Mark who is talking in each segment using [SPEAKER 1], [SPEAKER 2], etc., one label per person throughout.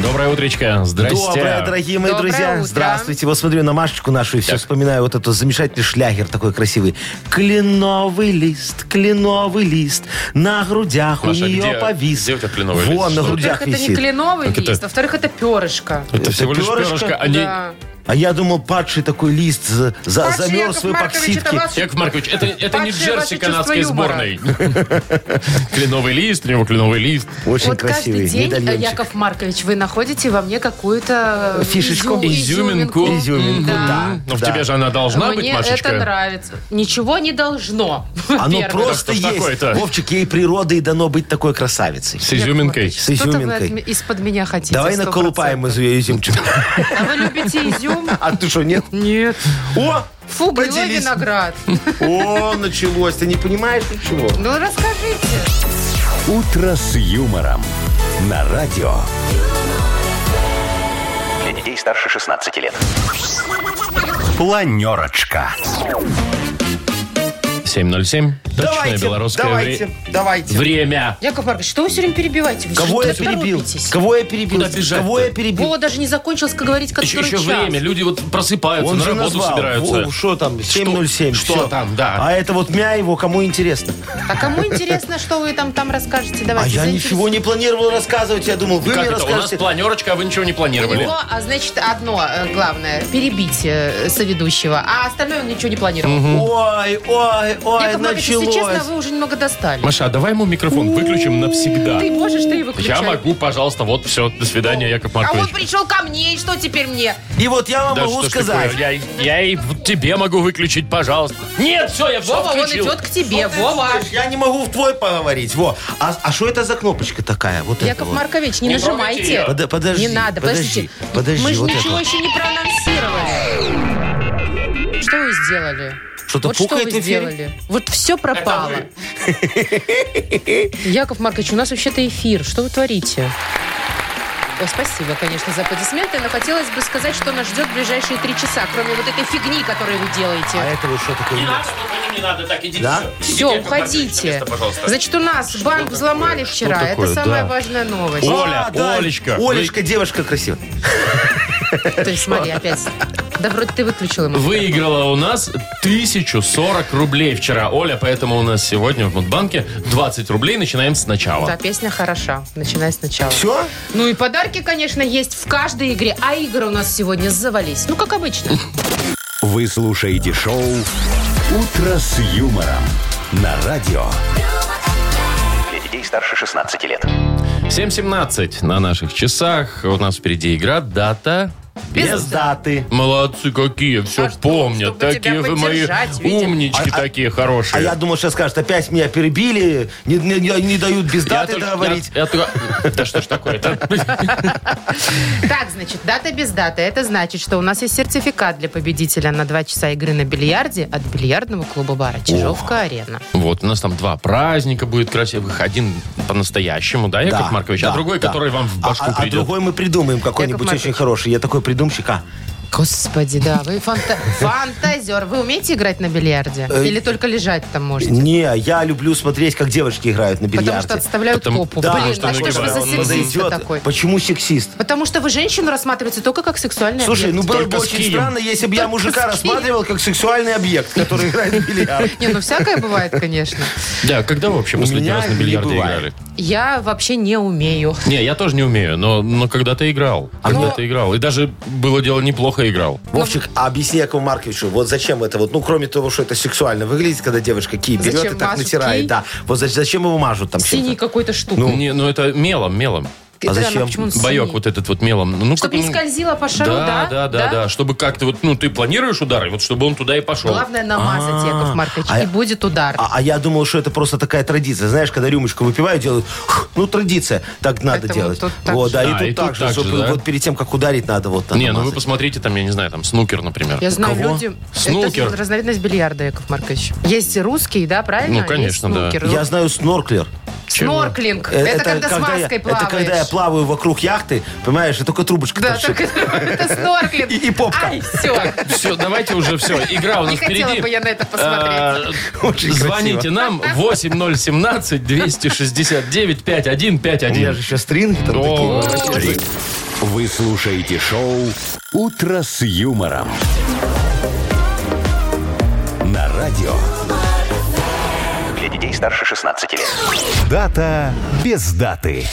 [SPEAKER 1] Доброе утречко. Здрасте.
[SPEAKER 2] Доброе, дорогие мои
[SPEAKER 3] Доброе
[SPEAKER 2] друзья.
[SPEAKER 3] утро.
[SPEAKER 2] Здравствуйте. Вот смотрю на Машечку нашу и все вспоминаю вот этот замечательный шлягер такой красивый. Кленовый лист, кленовый лист, на грудях
[SPEAKER 1] Маша,
[SPEAKER 2] у нее
[SPEAKER 1] где-
[SPEAKER 2] повис.
[SPEAKER 1] где у тебя кленовый
[SPEAKER 2] Вон,
[SPEAKER 1] лист?
[SPEAKER 2] на
[SPEAKER 1] Во-первых,
[SPEAKER 2] грудях
[SPEAKER 3] Во-первых, это не
[SPEAKER 2] висит.
[SPEAKER 3] кленовый
[SPEAKER 1] Так это-
[SPEAKER 3] лист, во-вторых, это перышко.
[SPEAKER 1] Это всего лишь
[SPEAKER 2] перышко?
[SPEAKER 1] перышко, а не...
[SPEAKER 3] Да.
[SPEAKER 2] А я думал, падший такой лист за, за-
[SPEAKER 3] Патч,
[SPEAKER 2] замерз
[SPEAKER 3] Яков
[SPEAKER 2] в
[SPEAKER 3] Маркович, это
[SPEAKER 2] эпоксидке.
[SPEAKER 3] ваш-
[SPEAKER 1] Яков Маркович, это, это не
[SPEAKER 3] Падшее
[SPEAKER 1] джерси
[SPEAKER 3] ваше
[SPEAKER 1] канадской
[SPEAKER 3] чувство юмора.
[SPEAKER 1] сборной. Кленовый лист, у него кленовый лист.
[SPEAKER 2] Очень
[SPEAKER 3] Вот
[SPEAKER 2] красивый.
[SPEAKER 3] каждый день, э,
[SPEAKER 2] медальончик.
[SPEAKER 3] Яков Маркович, вы находите во мне какую-то
[SPEAKER 2] Фишечку.
[SPEAKER 3] изю-
[SPEAKER 1] Изюминку.
[SPEAKER 2] Изюминку, да.
[SPEAKER 1] Но Ну, в
[SPEAKER 2] да.
[SPEAKER 1] тебе же она должна быть,
[SPEAKER 3] Мне
[SPEAKER 1] Машечка.
[SPEAKER 3] это нравится. Ничего не должно.
[SPEAKER 2] Оно
[SPEAKER 3] во-первых.
[SPEAKER 2] просто
[SPEAKER 1] Да что ж
[SPEAKER 2] есть.
[SPEAKER 1] такое-то?
[SPEAKER 2] Вовчик, ей природой дано быть такой красавицей.
[SPEAKER 1] С изюминкой.
[SPEAKER 2] С
[SPEAKER 3] Что-то вы
[SPEAKER 2] изюминкой.
[SPEAKER 3] от- из-под меня хотите.
[SPEAKER 2] Давай
[SPEAKER 3] 100%.
[SPEAKER 2] наколупаем из ее изюмчик.
[SPEAKER 3] А вы любите изюм?
[SPEAKER 2] А ты что, нет?
[SPEAKER 3] Нет.
[SPEAKER 2] О,
[SPEAKER 3] Фу, гнилой
[SPEAKER 2] Поделись.
[SPEAKER 3] виноград.
[SPEAKER 2] О, началось. Ты не понимаешь ничего.
[SPEAKER 3] Ну, расскажите.
[SPEAKER 4] «Утро с юмором» на радио. Для детей старше 16 лет. Планерочка.
[SPEAKER 1] 7.07. Точное
[SPEAKER 2] Давайте,
[SPEAKER 1] белорусское
[SPEAKER 2] давайте,
[SPEAKER 1] вре-
[SPEAKER 2] давайте.
[SPEAKER 1] время.
[SPEAKER 3] Яков Маркович, что вы все время перебиваете? Вы
[SPEAKER 2] Кого
[SPEAKER 3] что
[SPEAKER 2] я перебил?
[SPEAKER 3] торопитесь?
[SPEAKER 2] Кого я перебил?
[SPEAKER 1] Куда бежать-то?
[SPEAKER 2] Кого я перебил?
[SPEAKER 3] Вова даже не закончился говорить, который
[SPEAKER 1] Еще, еще
[SPEAKER 3] час.
[SPEAKER 1] время. Люди вот просыпаются,
[SPEAKER 2] Он
[SPEAKER 1] на
[SPEAKER 2] же
[SPEAKER 1] работу
[SPEAKER 2] назвал.
[SPEAKER 1] собираются.
[SPEAKER 2] Во, Что там? 707.
[SPEAKER 1] что
[SPEAKER 2] всё.
[SPEAKER 1] там, да.
[SPEAKER 2] А это вот мя его, кому интересно.
[SPEAKER 3] А кому интересно, что вы там, там расскажете?
[SPEAKER 2] А
[SPEAKER 3] Давайте
[SPEAKER 2] я ничего не планировал рассказывать. Я думал, вы
[SPEAKER 1] Как
[SPEAKER 2] мне
[SPEAKER 1] это? У нас
[SPEAKER 2] расскажете.
[SPEAKER 1] планерочка, а вы ничего не
[SPEAKER 3] У
[SPEAKER 1] планировали.
[SPEAKER 3] него, а, значит, одно э, главное – перебить э, соведущего, а остальное он ничего не планировал.
[SPEAKER 2] Ой, ой, ой,
[SPEAKER 3] Яков Маркович, если
[SPEAKER 2] началось.
[SPEAKER 3] честно, вы уже немного достали.
[SPEAKER 1] Маша, а давай ему микрофон выключим навсегда.
[SPEAKER 3] Ты можешь, ты и выключай.
[SPEAKER 1] Я могу, пожалуйста, вот все. До свидания, Яков
[SPEAKER 3] А он
[SPEAKER 1] Маркович.
[SPEAKER 3] пришел ко мне, и что теперь мне?
[SPEAKER 2] И вот я вам
[SPEAKER 1] Да
[SPEAKER 2] могу
[SPEAKER 1] что ж
[SPEAKER 2] сказать.
[SPEAKER 1] такое, Я, я и в тебе могу выключить, пожалуйста. Нет, все, я все
[SPEAKER 3] Вова, он
[SPEAKER 1] включил.
[SPEAKER 3] идет к тебе, Вова.
[SPEAKER 2] Слушай, Я не могу в твой поговорить. Во. А а что это за кнопочка такая? Вот это
[SPEAKER 3] Яков
[SPEAKER 2] вот.
[SPEAKER 3] Маркович, не,
[SPEAKER 1] Не трогайте
[SPEAKER 3] нажимайте.
[SPEAKER 1] ее.
[SPEAKER 2] Подо- Подожди.
[SPEAKER 3] не надо, подождите.
[SPEAKER 2] Подожди,
[SPEAKER 3] Мы же
[SPEAKER 2] вот
[SPEAKER 3] ничего
[SPEAKER 2] это.
[SPEAKER 3] еще не проанонсировали. Что вы сделали?
[SPEAKER 2] Что-то
[SPEAKER 3] вот что
[SPEAKER 2] пукает
[SPEAKER 3] вы
[SPEAKER 2] в эфире?
[SPEAKER 3] сделали? Вот все пропало. Яков Маркович, у нас вообще-то эфир. Что вы творите? О, спасибо, конечно, за аплодисменты, но хотелось бы сказать, что нас ждет в ближайшие три часа, кроме вот этой фигни, которую вы
[SPEAKER 2] А
[SPEAKER 3] делаете.
[SPEAKER 2] это вот что такое?
[SPEAKER 1] Не надо, только не надо. Так, идите.
[SPEAKER 2] Да?
[SPEAKER 1] Идите,
[SPEAKER 3] Все,
[SPEAKER 1] Яков Маркович, на
[SPEAKER 3] уходите.
[SPEAKER 1] место, пожалуйста.
[SPEAKER 3] Значит, у нас банк взломали вчера. Это
[SPEAKER 1] такое?
[SPEAKER 3] самая
[SPEAKER 1] Да.
[SPEAKER 3] важная новость.
[SPEAKER 1] О, Оля, Олечка, вы-
[SPEAKER 2] Олечка, девушка красивая.
[SPEAKER 3] То есть, смотри, опять. Да вроде ты выключил ему.
[SPEAKER 1] Выиграла у нас 1040 рублей вчера. Оля, поэтому у нас сегодня в Мудбанке 20 рублей. Начинаем
[SPEAKER 3] Да,
[SPEAKER 1] сначала.
[SPEAKER 3] а песня хороша. Начинай сначала.
[SPEAKER 2] Все?
[SPEAKER 3] Ну и подарки, конечно, есть в каждой игре. А игры у нас сегодня завались. Ну, как обычно.
[SPEAKER 4] Вы слушаете шоу «Утро с юмором» на радио. Для детей старше 16 лет.
[SPEAKER 1] 7.17 на наших часах. У нас впереди игра «Дата».
[SPEAKER 2] Без даты.
[SPEAKER 1] Молодцы какие, все
[SPEAKER 3] А что,
[SPEAKER 1] помнят.
[SPEAKER 3] чтобы тебя
[SPEAKER 1] такие вы мои
[SPEAKER 3] поддержать, видимо.
[SPEAKER 1] умнички, такие
[SPEAKER 2] А
[SPEAKER 1] хорошие.
[SPEAKER 2] я думал, сейчас скажут, опять меня перебили, не, не- не- не дают без
[SPEAKER 1] Я
[SPEAKER 2] даты
[SPEAKER 1] только-
[SPEAKER 2] договорить.
[SPEAKER 1] я- я только- Да что ж такое-то?
[SPEAKER 3] Так, значит, дата без даты. Это значит, что у нас есть сертификат для победителя на два часа игры на бильярде от бильярдного клуба бара Чижовка-Арена.
[SPEAKER 1] Вот, у нас там два праздника будет красивых. Один по-настоящему, да, Яков
[SPEAKER 2] Да,
[SPEAKER 1] Маркович? А
[SPEAKER 2] да,
[SPEAKER 1] другой,
[SPEAKER 2] да.
[SPEAKER 1] который вам в башку
[SPEAKER 2] а, а- а
[SPEAKER 1] придет.
[SPEAKER 2] другой мы придумаем какой-нибудь
[SPEAKER 3] Маркович.
[SPEAKER 2] очень хороший. Я такой придумщик, а?
[SPEAKER 3] Господи, да, вы фанта- фантазер. Вы умеете играть на бильярде?
[SPEAKER 1] Э,
[SPEAKER 3] Или только лежать там можете?
[SPEAKER 2] Не, я люблю смотреть, как девочки играют на бильярде.
[SPEAKER 3] Потому что отставляют
[SPEAKER 1] Потому-
[SPEAKER 3] попу.
[SPEAKER 2] Да,
[SPEAKER 3] Блин,
[SPEAKER 1] потому
[SPEAKER 3] а
[SPEAKER 1] что
[SPEAKER 3] что же вы за
[SPEAKER 1] нагибают. Он
[SPEAKER 3] сексист
[SPEAKER 2] подойдет.
[SPEAKER 3] такой?
[SPEAKER 2] Почему сексист?
[SPEAKER 3] Потому что вы женщину рассматриваете только как сексуальный
[SPEAKER 2] Слушай, ну
[SPEAKER 3] объект.
[SPEAKER 2] было
[SPEAKER 1] Только
[SPEAKER 2] бы
[SPEAKER 1] с
[SPEAKER 2] очень
[SPEAKER 1] кием.
[SPEAKER 2] странно, если бы я
[SPEAKER 3] Только с
[SPEAKER 2] мужика
[SPEAKER 3] кием.
[SPEAKER 2] рассматривал как сексуальный объект, который играет в бильярд.
[SPEAKER 3] Не, ну всякое бывает, конечно.
[SPEAKER 1] Да, когда вы вообще
[SPEAKER 2] У
[SPEAKER 1] последний
[SPEAKER 2] меня
[SPEAKER 1] раз на
[SPEAKER 2] не
[SPEAKER 1] бильярде
[SPEAKER 2] бывает.
[SPEAKER 1] играли?
[SPEAKER 3] Я вообще не умею.
[SPEAKER 1] Не, я тоже не умею, но, но когда ты играл.
[SPEAKER 2] А
[SPEAKER 1] Когда
[SPEAKER 3] ну-
[SPEAKER 1] ты играл. И даже было дело неплохо играл.
[SPEAKER 2] Вовчик, а объясни Якову Марковичу, вот зачем это вот, ну, кроме того, что это сексуально выглядит, когда девушка кий берет
[SPEAKER 3] Зачем
[SPEAKER 2] и так
[SPEAKER 3] мажут
[SPEAKER 2] натирает,
[SPEAKER 3] кий?
[SPEAKER 2] да. Вот зач- зачем его мажут там
[SPEAKER 3] Синий
[SPEAKER 2] чем-то?
[SPEAKER 3] какой-то штук.
[SPEAKER 1] Ну, не, ну это мелом, мелом.
[SPEAKER 2] а зачем?
[SPEAKER 1] Боек вот этот вот мелом. Ну,
[SPEAKER 3] Чтобы
[SPEAKER 1] как,
[SPEAKER 3] не
[SPEAKER 1] ну,
[SPEAKER 3] скользило по шару, да?
[SPEAKER 1] Да, да, да, да. Чтобы как-то вот, ну, ты планируешь удары, вот чтобы он туда и пошел.
[SPEAKER 3] Главное намазать, Яков Маркович,
[SPEAKER 2] А
[SPEAKER 3] и
[SPEAKER 2] я-
[SPEAKER 3] будет удар.
[SPEAKER 2] А, а я думал, что это просто такая традиция. Знаешь, когда рюмочку выпивают, делают, «Хух», ну, традиция, так надо
[SPEAKER 3] Это вот
[SPEAKER 2] делать.
[SPEAKER 3] тут так
[SPEAKER 2] вот,
[SPEAKER 3] же.
[SPEAKER 2] да,
[SPEAKER 1] А,
[SPEAKER 2] и тут так же, чтобы
[SPEAKER 1] да?
[SPEAKER 2] вот перед тем, как ударить, надо вот так
[SPEAKER 1] Не, ну вы
[SPEAKER 2] намазать.
[SPEAKER 1] посмотрите там, я не знаю, там снукер, например.
[SPEAKER 3] Я знаю,
[SPEAKER 2] кого?
[SPEAKER 3] люди...
[SPEAKER 1] Снукер.
[SPEAKER 3] Это разновидность бильярда, Яков Маркович. Есть и русский, да, правильно?
[SPEAKER 1] Ну, конечно,
[SPEAKER 3] Есть
[SPEAKER 1] да.
[SPEAKER 3] снукер.
[SPEAKER 2] Я знаю снорклер.
[SPEAKER 1] Чего?
[SPEAKER 3] Снорклинг. Это, когда, с
[SPEAKER 2] я,
[SPEAKER 3] маской плаваешь.
[SPEAKER 2] Это Э, когда я плаваю вокруг яхты, понимаешь, и только трубочка
[SPEAKER 3] Да,
[SPEAKER 2] торчит.
[SPEAKER 3] так это снорклинг.
[SPEAKER 2] И- и попка.
[SPEAKER 3] Ай, все.
[SPEAKER 1] Все, давайте уже все. Игра А у нас
[SPEAKER 3] Не
[SPEAKER 1] впереди.
[SPEAKER 3] хотела бы я на это посмотреть.
[SPEAKER 1] Э,
[SPEAKER 2] Очень
[SPEAKER 1] Звоните нам 8017-269-5151.
[SPEAKER 2] У меня же еще стринги там
[SPEAKER 1] О,
[SPEAKER 2] такие.
[SPEAKER 4] Вы слушаете шоу «Утро с юмором». На радио.
[SPEAKER 5] Для детей старше 16 лет.
[SPEAKER 4] Дата без даты.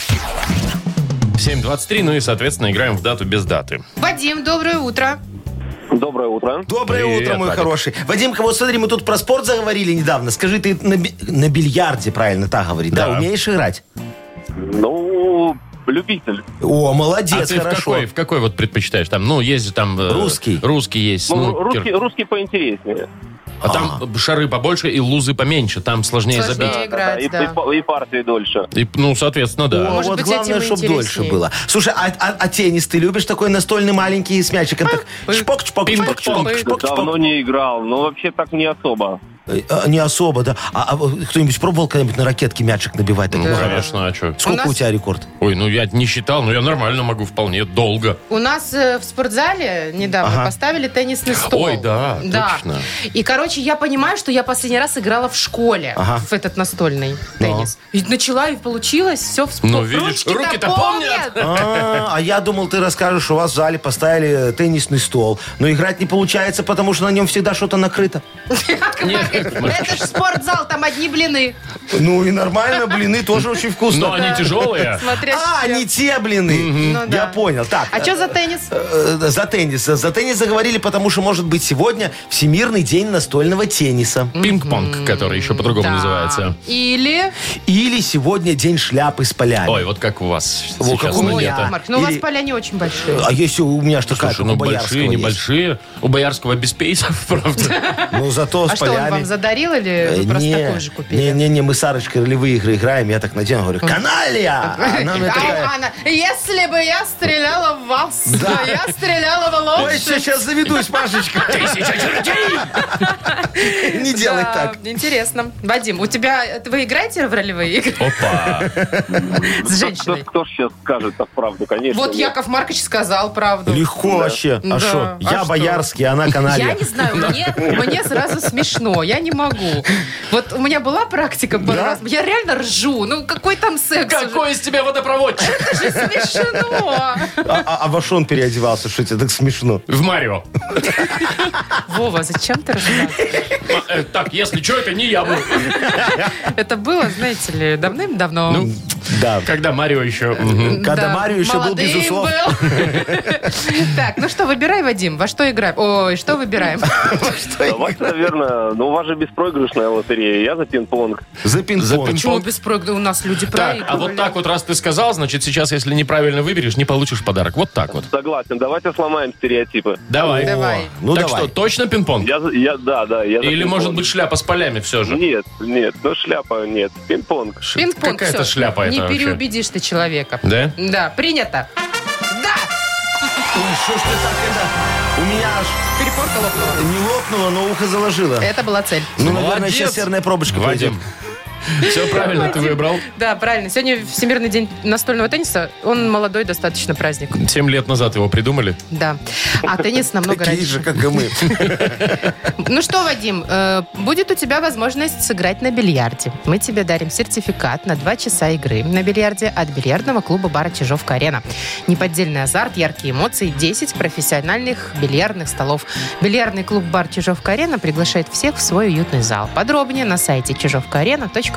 [SPEAKER 1] 7.23, ну и, соответственно, играем в дату без даты.
[SPEAKER 3] Вадим, доброе утро.
[SPEAKER 6] Доброе утро.
[SPEAKER 2] Доброе
[SPEAKER 1] Привет,
[SPEAKER 2] утро, мой
[SPEAKER 1] Вадик.
[SPEAKER 2] хороший. Вадимка, вот смотри, мы тут про спорт заговорили недавно. Скажи, ты на, би- на бильярде, правильно, так говорит, да.
[SPEAKER 1] Да.
[SPEAKER 2] умеешь играть?
[SPEAKER 6] Ну, любитель.
[SPEAKER 2] О, молодец,
[SPEAKER 1] а ты в
[SPEAKER 2] хорошо.
[SPEAKER 1] какой, в какой вот предпочитаешь? Там, ну, есть же там... э,
[SPEAKER 2] Русский.
[SPEAKER 1] Русский есть.
[SPEAKER 6] Ну,
[SPEAKER 1] снукер.
[SPEAKER 6] русский, русский поинтереснее.
[SPEAKER 1] А там шары побольше и лузы поменьше. Там сложнее
[SPEAKER 3] Сложнее.
[SPEAKER 1] забить.
[SPEAKER 6] Да, и,
[SPEAKER 3] Играть, да.
[SPEAKER 6] и по- и партии дольше.
[SPEAKER 1] И, ну, соответственно, да.
[SPEAKER 2] О,
[SPEAKER 3] Может
[SPEAKER 2] вот
[SPEAKER 3] быть,
[SPEAKER 2] главное,
[SPEAKER 3] этим и
[SPEAKER 2] чтобы дольше
[SPEAKER 3] интереснее.
[SPEAKER 2] было. Слушай, а, а- а теннис ты любишь такой настольный маленький с мячиком? Так шпок, шпок, шпок, шпок,
[SPEAKER 1] Пинг-понг.
[SPEAKER 2] шпок, шпок.
[SPEAKER 6] Давно не играл, но вообще так не особо.
[SPEAKER 2] Э, э, Не особо, да. А, а вот кто-нибудь пробовал когда-нибудь на ракетке мячик набивать? Так,
[SPEAKER 1] Ну,
[SPEAKER 2] ну,
[SPEAKER 1] Конечно, а что?
[SPEAKER 2] Сколько
[SPEAKER 3] У
[SPEAKER 2] у,
[SPEAKER 3] нас-
[SPEAKER 2] тебя рекорд?
[SPEAKER 1] Ой, ну я не считал, но я нормально могу вполне долго.
[SPEAKER 3] У нас э, в спортзале недавно
[SPEAKER 2] Ага.
[SPEAKER 3] поставили теннисный стол.
[SPEAKER 1] Ой, да, точно.
[SPEAKER 3] И, короче, я понимаю, что я последний раз играла в школе
[SPEAKER 2] Ага.
[SPEAKER 3] в этот настольный теннис. И начала, и получилось, все вспомнила.
[SPEAKER 1] Ну, видишь, руки-то помнят.
[SPEAKER 2] А, а я думал, ты расскажешь, что у вас в зале поставили э, теннисный стол. Но играть не получается, потому что на нем всегда что-то накрыто.
[SPEAKER 3] Это ж спортзал, там одни блины.
[SPEAKER 2] Ну и нормально, блины тоже очень
[SPEAKER 1] Но
[SPEAKER 2] вкусно.
[SPEAKER 1] они тяжелые.
[SPEAKER 3] Смотря
[SPEAKER 2] А,
[SPEAKER 3] с чем.
[SPEAKER 2] не те блины.
[SPEAKER 3] Ну да.
[SPEAKER 2] Я понял. Так.
[SPEAKER 3] А
[SPEAKER 2] э,
[SPEAKER 3] что за теннис?
[SPEAKER 2] э, За теннис. За теннис заговорили, потому что, может быть, сегодня Всемирный день настольного тенниса.
[SPEAKER 1] Пинг-понг, который еще по-другому
[SPEAKER 3] Да.
[SPEAKER 1] называется.
[SPEAKER 3] Или...
[SPEAKER 2] Или сегодня День шляпы с полями.
[SPEAKER 1] Ой, вот как у вас
[SPEAKER 2] Во, как
[SPEAKER 1] сейчас
[SPEAKER 2] у
[SPEAKER 1] на
[SPEAKER 2] меня.
[SPEAKER 3] Ой,
[SPEAKER 1] лето.
[SPEAKER 2] Нет, а.
[SPEAKER 3] Марк, ну у вас
[SPEAKER 2] Или-
[SPEAKER 3] поля не очень большие.
[SPEAKER 2] А если у меня ж такая,
[SPEAKER 1] Слушай,
[SPEAKER 2] как
[SPEAKER 1] ну
[SPEAKER 2] у
[SPEAKER 1] большие,
[SPEAKER 2] Боярского есть.
[SPEAKER 1] небольшие. У Боярского без пейсов, правда.
[SPEAKER 2] Ну, зато
[SPEAKER 3] А
[SPEAKER 2] с
[SPEAKER 3] что, он
[SPEAKER 2] полями.
[SPEAKER 3] вам задарил или
[SPEAKER 2] Э,
[SPEAKER 3] вы просто
[SPEAKER 2] не,
[SPEAKER 3] такой же
[SPEAKER 2] Не,
[SPEAKER 3] купили?
[SPEAKER 2] не, не, мы с Сарочкой ролевые игры играем, я так надену, говорю, каналья! А Она мне
[SPEAKER 3] А,
[SPEAKER 2] такая,
[SPEAKER 3] Анна, если бы я стреляла в вас,
[SPEAKER 2] Да.
[SPEAKER 3] я стреляла в
[SPEAKER 2] ой,
[SPEAKER 3] лошадь.
[SPEAKER 2] сейчас заведусь, Машечка. Не делай
[SPEAKER 3] Да,
[SPEAKER 2] так.
[SPEAKER 3] Интересно. Вадим, у тебя... Вы играете в ролевые игры
[SPEAKER 1] Опа.
[SPEAKER 3] с
[SPEAKER 6] Кто,
[SPEAKER 3] женщиной?
[SPEAKER 6] кто ж сейчас скажет так правду, конечно.
[SPEAKER 3] Вот
[SPEAKER 6] нет.
[SPEAKER 3] Яков Маркович сказал правду.
[SPEAKER 2] Легко вообще.
[SPEAKER 3] Да.
[SPEAKER 2] А что?
[SPEAKER 3] А
[SPEAKER 2] Я
[SPEAKER 3] что?
[SPEAKER 2] боярский, она
[SPEAKER 3] Я
[SPEAKER 2] каналья.
[SPEAKER 3] не знаю, мне, мне сразу смешно, я не могу. Вот у меня была практика, пару
[SPEAKER 2] Да?
[SPEAKER 3] раз, я реально ржу, ну какой там секс?
[SPEAKER 1] Какой из тебя водопроводчик?
[SPEAKER 3] Это же смешно.
[SPEAKER 2] А а- а во что он переодевался? Что тебе так смешно?
[SPEAKER 1] В Марио.
[SPEAKER 3] Вова, зачем ты ржала?
[SPEAKER 1] Э, Так, если что, это не я был.
[SPEAKER 3] Это было, знаете ли, давным-давно.
[SPEAKER 1] Ну,
[SPEAKER 2] Да.
[SPEAKER 1] Когда Марио еще... мгм.
[SPEAKER 2] Когда Марио еще был без
[SPEAKER 3] молодым
[SPEAKER 2] усов.
[SPEAKER 3] был. Так, ну что, выбирай, Вадим, во что играем? Ой, что выбираем?
[SPEAKER 6] Давайте, наверное, но у вас же беспроигрышная лотерея, я за пинг-понг.
[SPEAKER 2] За пинг
[SPEAKER 3] Почему без проигрыша? У нас люди
[SPEAKER 1] Так, а
[SPEAKER 3] проигрывали.
[SPEAKER 1] вот так вот, раз ты сказал, значит, сейчас, если неправильно выберешь, не получишь подарок. Вот так вот.
[SPEAKER 6] Согласен, давайте сломаем стереотипы.
[SPEAKER 1] Давай.
[SPEAKER 3] Давай.
[SPEAKER 2] Ну
[SPEAKER 1] так
[SPEAKER 2] давай.
[SPEAKER 1] что, точно пинг-понг?
[SPEAKER 6] Я, за- я, да, да, я за
[SPEAKER 1] Или,
[SPEAKER 6] пинг-понг.
[SPEAKER 1] может быть, шляпа с полями все же?
[SPEAKER 6] Нет, нет, ну шляпа нет, пинг-понг.
[SPEAKER 3] Пинг-понг,
[SPEAKER 1] Какая
[SPEAKER 3] всё.
[SPEAKER 1] это шляпа
[SPEAKER 3] Не
[SPEAKER 1] это вообще?
[SPEAKER 3] переубедишь ты человека.
[SPEAKER 1] Да?
[SPEAKER 3] Да, принято. Да!
[SPEAKER 2] Ой, что ж ты так это? У меня аж
[SPEAKER 3] Перепорка лопнула.
[SPEAKER 2] не лопнуло, но ухо заложило.
[SPEAKER 3] Это была цель.
[SPEAKER 2] Ну, наверное,
[SPEAKER 1] Молодец.
[SPEAKER 2] сейчас серная пробочка пойдет.
[SPEAKER 1] Вадим. Все правильно ты выбрал.
[SPEAKER 3] Да, правильно. Сегодня Всемирный день настольного тенниса. Он молодой достаточно праздник.
[SPEAKER 1] Семь лет назад его придумали.
[SPEAKER 3] Да. А теннис намного
[SPEAKER 2] Такие
[SPEAKER 3] раньше.
[SPEAKER 2] же, как и мы.
[SPEAKER 3] Ну что, Вадим, э, будет у тебя возможность сыграть на бильярде. Мы тебе дарим сертификат на 2 часа игры на бильярде от бильярдного клуба бара «Чижовка-арена». Неподдельный азарт, яркие эмоции, 10 профессиональных бильярдных столов. Бильярдный клуб бар «Чижовка-арена» приглашает всех в свой уютный зал. Подробнее на сайте чижовкаарена.бай.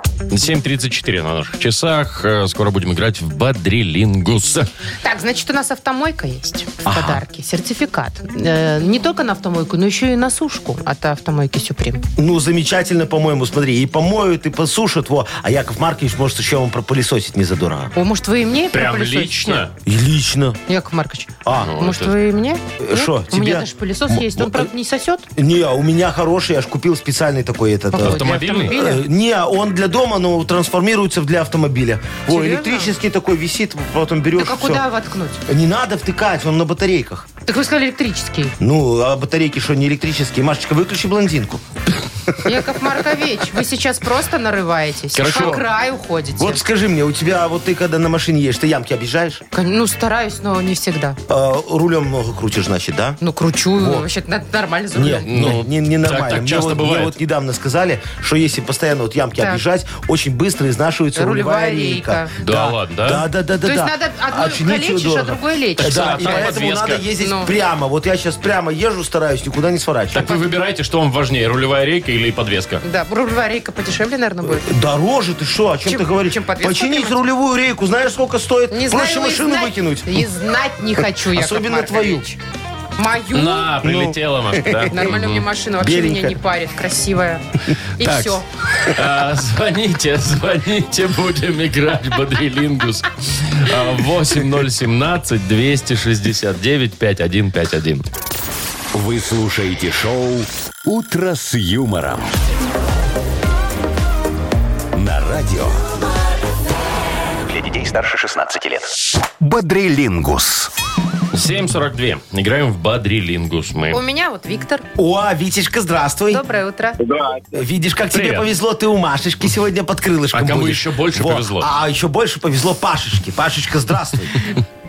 [SPEAKER 1] 7.34 на наших часах. Э, Скоро будем играть в Бадрилингус.
[SPEAKER 3] Так, значит, у нас автомойка есть в подарке. Сертификат. Э, не только на автомойку, но еще и на сушку от автомойки «Сюприм».
[SPEAKER 2] Ну, замечательно, по-моему, смотри. И помоют, и посушат, во. А Яков Маркович, может, еще вам пропылесосить не задорого.
[SPEAKER 3] О, может, вы и мне
[SPEAKER 1] Прям
[SPEAKER 3] пропылесосите?
[SPEAKER 1] лично?
[SPEAKER 2] И лично.
[SPEAKER 3] Яков Маркович,
[SPEAKER 2] А,
[SPEAKER 3] Может,
[SPEAKER 1] это-
[SPEAKER 3] вы мне? Нет?
[SPEAKER 2] Э, Шо,
[SPEAKER 3] У
[SPEAKER 2] тебе?
[SPEAKER 3] меня даже пылесос есть. Он, правда, не сосет?
[SPEAKER 2] не, а у меня хороший, я ж купил специальный такой этот...
[SPEAKER 3] Какой?
[SPEAKER 2] э,
[SPEAKER 1] Автомобильный?
[SPEAKER 3] Для
[SPEAKER 2] э,
[SPEAKER 3] автомобиля?
[SPEAKER 2] Не, он для дома, но трансформируется в- для автомобиля. Во,
[SPEAKER 3] Серьезно?
[SPEAKER 2] электрический такой висит, потом берешь
[SPEAKER 3] Так а
[SPEAKER 2] всё.
[SPEAKER 3] куда воткнуть?
[SPEAKER 2] Не надо втыкать, он на батарейках.
[SPEAKER 3] Так Так вы сказали электрический.
[SPEAKER 2] Ну, а батарейки что, не электрические? Машечка, выключи блондинку.
[SPEAKER 3] Яков Маркович, вы сейчас просто нарываетесь.
[SPEAKER 1] Короче,
[SPEAKER 3] По краю ходите.
[SPEAKER 2] Вот скажи мне, у тебя, а вот ты когда на машине едешь, ты ямки объезжаешь?
[SPEAKER 3] Кон- Ну, стараюсь, но не всегда.
[SPEAKER 2] А, рулем много крутишь, значит, да?
[SPEAKER 3] Ну, кручу, вообще надо нормально за
[SPEAKER 2] Нет,
[SPEAKER 3] рулем.
[SPEAKER 1] Ну,
[SPEAKER 2] не, не нормально.
[SPEAKER 1] так- так
[SPEAKER 2] мне,
[SPEAKER 1] часто
[SPEAKER 2] вот, мне
[SPEAKER 1] бывает.
[SPEAKER 2] вот недавно сказали, что если постоянно вот ямки
[SPEAKER 3] Так.
[SPEAKER 2] объезжать, очень быстро изнашивается
[SPEAKER 3] Рулевая
[SPEAKER 2] рулевая,
[SPEAKER 3] рейка.
[SPEAKER 2] рейка.
[SPEAKER 1] Да ладно, да?
[SPEAKER 2] Да, да, да, да.
[SPEAKER 3] То есть
[SPEAKER 2] да.
[SPEAKER 3] надо одну
[SPEAKER 2] Очинить её
[SPEAKER 3] калечишь, а
[SPEAKER 2] дорого.
[SPEAKER 3] другую лечишь.
[SPEAKER 2] Да,
[SPEAKER 1] А
[SPEAKER 2] и
[SPEAKER 1] там
[SPEAKER 2] поэтому
[SPEAKER 1] подвеска.
[SPEAKER 2] надо ездить
[SPEAKER 3] Ну.
[SPEAKER 2] прямо. Вот я сейчас прямо езжу, стараюсь, никуда не сворачивать.
[SPEAKER 1] Так вы выбираете, что вам важнее, рулевая рейка или подвеска?
[SPEAKER 3] Да, рулевая рейка подешевле, наверное, будет.
[SPEAKER 2] Дороже ты что? О чем,
[SPEAKER 3] Чем-
[SPEAKER 2] ты говоришь?
[SPEAKER 3] чем подвеску
[SPEAKER 2] Починить
[SPEAKER 3] отнимать?
[SPEAKER 2] рулевую рейку, знаешь, сколько стоит?
[SPEAKER 3] Не
[SPEAKER 2] Проще
[SPEAKER 3] знаю, и
[SPEAKER 2] машину
[SPEAKER 3] знать-
[SPEAKER 2] выкинуть.
[SPEAKER 3] И знать не хочу, Яков
[SPEAKER 2] Особенно
[SPEAKER 3] Маркович. Мою?
[SPEAKER 1] На, прилетела, Машка, да.
[SPEAKER 3] Нормально у меня машина вообще меня
[SPEAKER 2] Беленькая.
[SPEAKER 3] не парит, красивая. И
[SPEAKER 1] Так.
[SPEAKER 3] все.
[SPEAKER 1] А, звоните, звоните, будем играть в Бодрилингус. А, 8017-269-5151.
[SPEAKER 4] Вы слушаете шоу «Утро с юмором». На радио
[SPEAKER 5] Для детей старше 16 лет.
[SPEAKER 4] «Бодрилингус».
[SPEAKER 1] 7.42. Играем в Бодрилингус мы.
[SPEAKER 3] У меня вот Виктор.
[SPEAKER 2] О, Витечка, здравствуй.
[SPEAKER 3] Доброе утро.
[SPEAKER 6] Да,
[SPEAKER 2] Видишь, как тебе
[SPEAKER 1] Привет.
[SPEAKER 2] повезло, ты у Машечки сегодня под крылышком
[SPEAKER 1] А кому
[SPEAKER 2] будешь.
[SPEAKER 1] еще больше повезло?
[SPEAKER 2] А еще больше повезло Пашечке. Пашечка, здравствуй.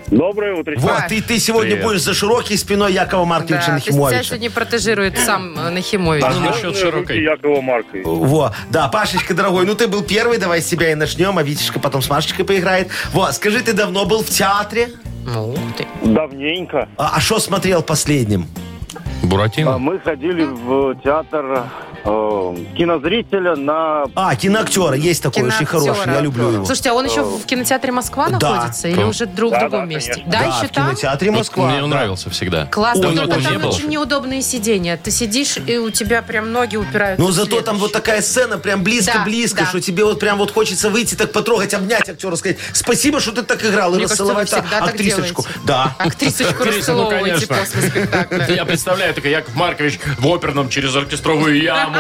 [SPEAKER 6] доброе утро.
[SPEAKER 2] Вот, ты, ты сегодня
[SPEAKER 1] Привет.
[SPEAKER 2] будешь за широкой спиной Якова Марковича
[SPEAKER 3] Да, то есть тебя
[SPEAKER 2] Нахимовича.
[SPEAKER 3] сегодня протежирует сам э, Нахимович.
[SPEAKER 1] Ну, насчет широкой.
[SPEAKER 6] Якова Марковича.
[SPEAKER 2] Во, да, Пашечка, дорогой, ну ты был первый, давай с себя и начнем, а Витечка потом с Машечкой поиграет. Во, скажи, ты давно был в театре?
[SPEAKER 3] Ну, ты.
[SPEAKER 6] Давненько.
[SPEAKER 2] А что смотрел последним?
[SPEAKER 6] А,
[SPEAKER 1] Буратино?
[SPEAKER 6] Мы ходили в театр э, кинозрителя на...
[SPEAKER 2] А, киноактера, есть такой очень
[SPEAKER 3] Киноактера.
[SPEAKER 2] хороший, я люблю его.
[SPEAKER 3] Слушайте, а он еще в кинотеатре Москва
[SPEAKER 2] Да.
[SPEAKER 3] находится? Или
[SPEAKER 1] Да.
[SPEAKER 3] уже друг в
[SPEAKER 6] Да,
[SPEAKER 3] другом
[SPEAKER 6] да,
[SPEAKER 3] месте?
[SPEAKER 6] конечно.
[SPEAKER 3] Да,
[SPEAKER 2] да,
[SPEAKER 3] а еще
[SPEAKER 2] в
[SPEAKER 3] там?
[SPEAKER 2] кинотеатре Москва.
[SPEAKER 1] Ну, Мне он
[SPEAKER 2] да.
[SPEAKER 1] нравился всегда.
[SPEAKER 3] Классно,
[SPEAKER 1] Ой,
[SPEAKER 3] но
[SPEAKER 1] такого не
[SPEAKER 3] там
[SPEAKER 1] было.
[SPEAKER 3] очень неудобные сидения. Ты сидишь, и у тебя прям ноги упираются.
[SPEAKER 2] Ну,
[SPEAKER 3] в
[SPEAKER 2] зато
[SPEAKER 3] ленточку.
[SPEAKER 2] там вот такая сцена прям близко-близко,
[SPEAKER 3] Да, да.
[SPEAKER 2] что тебе вот прям вот хочется выйти, так потрогать, обнять актера, сказать спасибо, что ты так играл, и
[SPEAKER 3] Мне кажется, вы
[SPEAKER 2] расцеловать
[SPEAKER 3] всегда так
[SPEAKER 2] актрисочку.
[SPEAKER 3] делаете.
[SPEAKER 2] Да.
[SPEAKER 3] Актрисочку
[SPEAKER 1] Актриса, ну,
[SPEAKER 3] расцеловываете
[SPEAKER 1] конечно.
[SPEAKER 3] после спектакля.
[SPEAKER 1] Я представляю, такой Яков Маркович в оперном через оркестровую яму.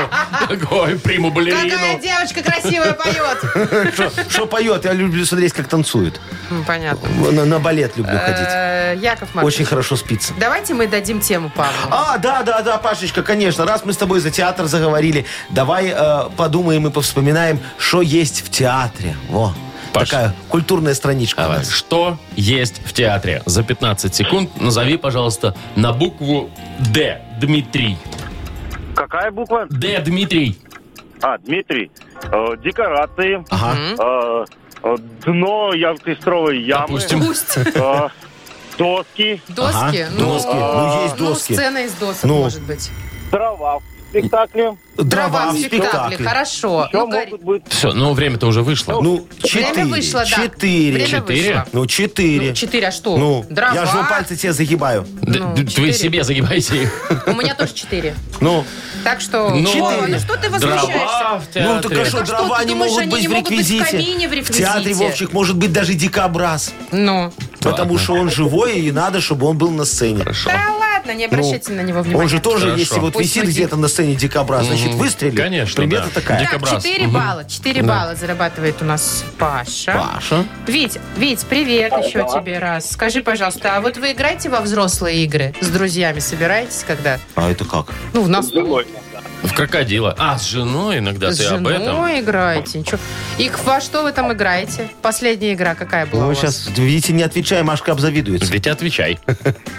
[SPEAKER 1] Такой приму
[SPEAKER 3] Какая
[SPEAKER 1] балерину.
[SPEAKER 3] девочка красивая поет!
[SPEAKER 2] Что поет? Я люблю смотреть, как танцует.
[SPEAKER 3] Ну, Понятно.
[SPEAKER 2] На, на балет люблю ходить.
[SPEAKER 3] Э, Яков Маркович,
[SPEAKER 2] Очень хорошо спится.
[SPEAKER 3] давайте мы дадим тему Павлу.
[SPEAKER 2] А, да, да, да, Пашечка, конечно. Раз мы с тобой за театр заговорили, давай э, подумаем и повспоминаем, что есть в театре. Во.
[SPEAKER 1] Паш.
[SPEAKER 2] Такая культурная страничка. у
[SPEAKER 1] Давай.
[SPEAKER 2] нас.
[SPEAKER 1] А Что есть в театре? За 15 секунд назови, пожалуйста, на букву Д. Дмитрий.
[SPEAKER 6] Какая буква?
[SPEAKER 1] Д. Дмитрий.
[SPEAKER 6] А, Дмитрий. Э, декорации.
[SPEAKER 2] Ага.
[SPEAKER 6] э, э, дно оркестровой ямы.
[SPEAKER 1] Допустим.
[SPEAKER 3] Пусть.
[SPEAKER 6] э, доски.
[SPEAKER 3] Доски?
[SPEAKER 2] Ага, доски. Ну, есть доски.
[SPEAKER 3] Ну, сцена из досок,
[SPEAKER 2] Ну.
[SPEAKER 3] может быть.
[SPEAKER 6] Трава в спектакле.
[SPEAKER 3] Дрова в
[SPEAKER 2] в
[SPEAKER 3] спектакле. Хорошо.
[SPEAKER 6] Еще
[SPEAKER 3] Ну, Гарик,
[SPEAKER 6] могут быть...
[SPEAKER 1] Все, ну время-то уже вышло.
[SPEAKER 2] Ну, четыре.
[SPEAKER 3] Время вышло, да.
[SPEAKER 2] Четыре.
[SPEAKER 3] Время
[SPEAKER 1] Четыре?
[SPEAKER 3] вышло.
[SPEAKER 2] Ну, четыре.
[SPEAKER 3] Ну, четыре, а что?
[SPEAKER 2] Ну,
[SPEAKER 3] Дрова.
[SPEAKER 2] я же пальцы тебе загибаю.
[SPEAKER 1] Д-
[SPEAKER 3] ну,
[SPEAKER 1] д-
[SPEAKER 3] четыре.
[SPEAKER 1] Вы себе загибайте их.
[SPEAKER 3] У меня тоже четыре.
[SPEAKER 2] Ну,
[SPEAKER 3] Так что,
[SPEAKER 1] Ну,
[SPEAKER 3] Вова,
[SPEAKER 1] четыре.
[SPEAKER 3] ну что ты
[SPEAKER 1] Дрова
[SPEAKER 3] возмущаешься?
[SPEAKER 1] в театре.
[SPEAKER 2] ну так а что,
[SPEAKER 3] Так а что,
[SPEAKER 2] дрова
[SPEAKER 3] ты
[SPEAKER 2] не
[SPEAKER 3] думаешь,
[SPEAKER 2] могут
[SPEAKER 3] они
[SPEAKER 2] быть
[SPEAKER 3] не
[SPEAKER 2] в
[SPEAKER 3] могут быть в
[SPEAKER 2] реквизите.
[SPEAKER 3] камине, в реквизите?
[SPEAKER 2] театре, Вовчик, может быть даже дикобраз.
[SPEAKER 3] Ну.
[SPEAKER 2] Потому что он живой, и надо, чтобы он был на сцене.
[SPEAKER 3] Да ладно, не обращайте на него внимания.
[SPEAKER 2] Ну, Он же тоже,
[SPEAKER 1] Хорошо.
[SPEAKER 2] если вот
[SPEAKER 3] Пусть
[SPEAKER 2] висит
[SPEAKER 3] мы-
[SPEAKER 2] где-то на сцене дикобраз, значит, выстрелит.
[SPEAKER 1] Конечно,
[SPEAKER 2] Примета
[SPEAKER 1] да.
[SPEAKER 2] такая.
[SPEAKER 3] Так,
[SPEAKER 1] Дикобраз.
[SPEAKER 3] 4
[SPEAKER 1] Мгм.
[SPEAKER 3] балла. 4 балла зарабатывает у нас Паша.
[SPEAKER 2] Паша.
[SPEAKER 3] Вить, Вить, привет еще тебе раз. Скажи, пожалуйста, а вот вы играете во взрослые игры? С друзьями собираетесь когда?
[SPEAKER 2] А это как?
[SPEAKER 3] Ну, в нас
[SPEAKER 1] В крокодила. А, с женой иногда
[SPEAKER 3] с
[SPEAKER 1] ты об
[SPEAKER 3] женой
[SPEAKER 1] этом.
[SPEAKER 3] играете. Ничего. И во что вы там играете? Последняя игра какая была у
[SPEAKER 2] Ну,
[SPEAKER 3] вас,
[SPEAKER 2] сейчас, видите, не отвечай, Машка обзавидуется.
[SPEAKER 1] Ведь отвечай.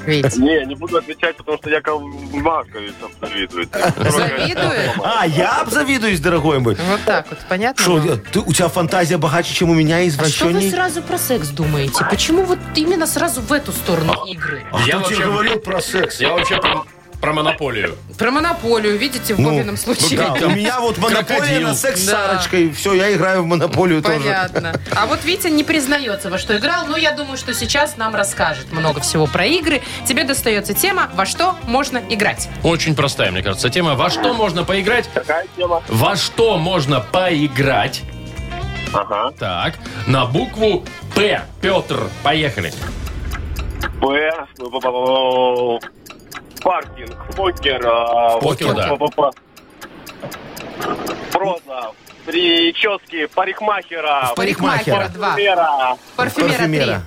[SPEAKER 3] Вить?
[SPEAKER 6] Не, не буду отвечать, потому что Яков Маркович завидует.
[SPEAKER 3] Завидует?
[SPEAKER 2] А, я обзавидуюсь, дорогой мой.
[SPEAKER 3] Вот так вот, понятно?
[SPEAKER 2] Что,
[SPEAKER 3] вам?
[SPEAKER 2] э, ты- у тебя фантазия богаче, чем у меня,
[SPEAKER 3] А что вы
[SPEAKER 2] извращенней?
[SPEAKER 3] сразу про секс думаете? Почему вот именно сразу в эту сторону игры?
[SPEAKER 1] Я
[SPEAKER 2] А кто тебе
[SPEAKER 1] вообще-
[SPEAKER 2] говорил про секс?
[SPEAKER 1] Я вообще про, про монополию.
[SPEAKER 3] Про монополию, видите, в
[SPEAKER 2] Ну,
[SPEAKER 3] Вовином случае.
[SPEAKER 2] Да, у меня вот монополия
[SPEAKER 1] Крокодил.
[SPEAKER 2] на секс с
[SPEAKER 3] Да.
[SPEAKER 2] Сарочкой. Все, я играю в монополию тоже.
[SPEAKER 3] Понятно. А вот Витя не признается, во что играл, но я думаю, что сейчас нам расскажет много всего про игры. Тебе достается тема, во что можно играть.
[SPEAKER 1] Очень простая, мне кажется, тема. Во что можно поиграть?
[SPEAKER 6] Какая тема?
[SPEAKER 1] Во что можно поиграть?
[SPEAKER 6] Ага.
[SPEAKER 1] Так, на букву П. Петр, поехали.
[SPEAKER 6] П. Паркинг. Покер. а,
[SPEAKER 1] Покер, да.
[SPEAKER 6] п-п-п. Проза. Прически парикмахера.
[SPEAKER 2] В парикмахера.
[SPEAKER 3] Парикмахера 2,
[SPEAKER 6] Парфюмера.
[SPEAKER 3] парфюмера 3.
[SPEAKER 2] Парфюмера.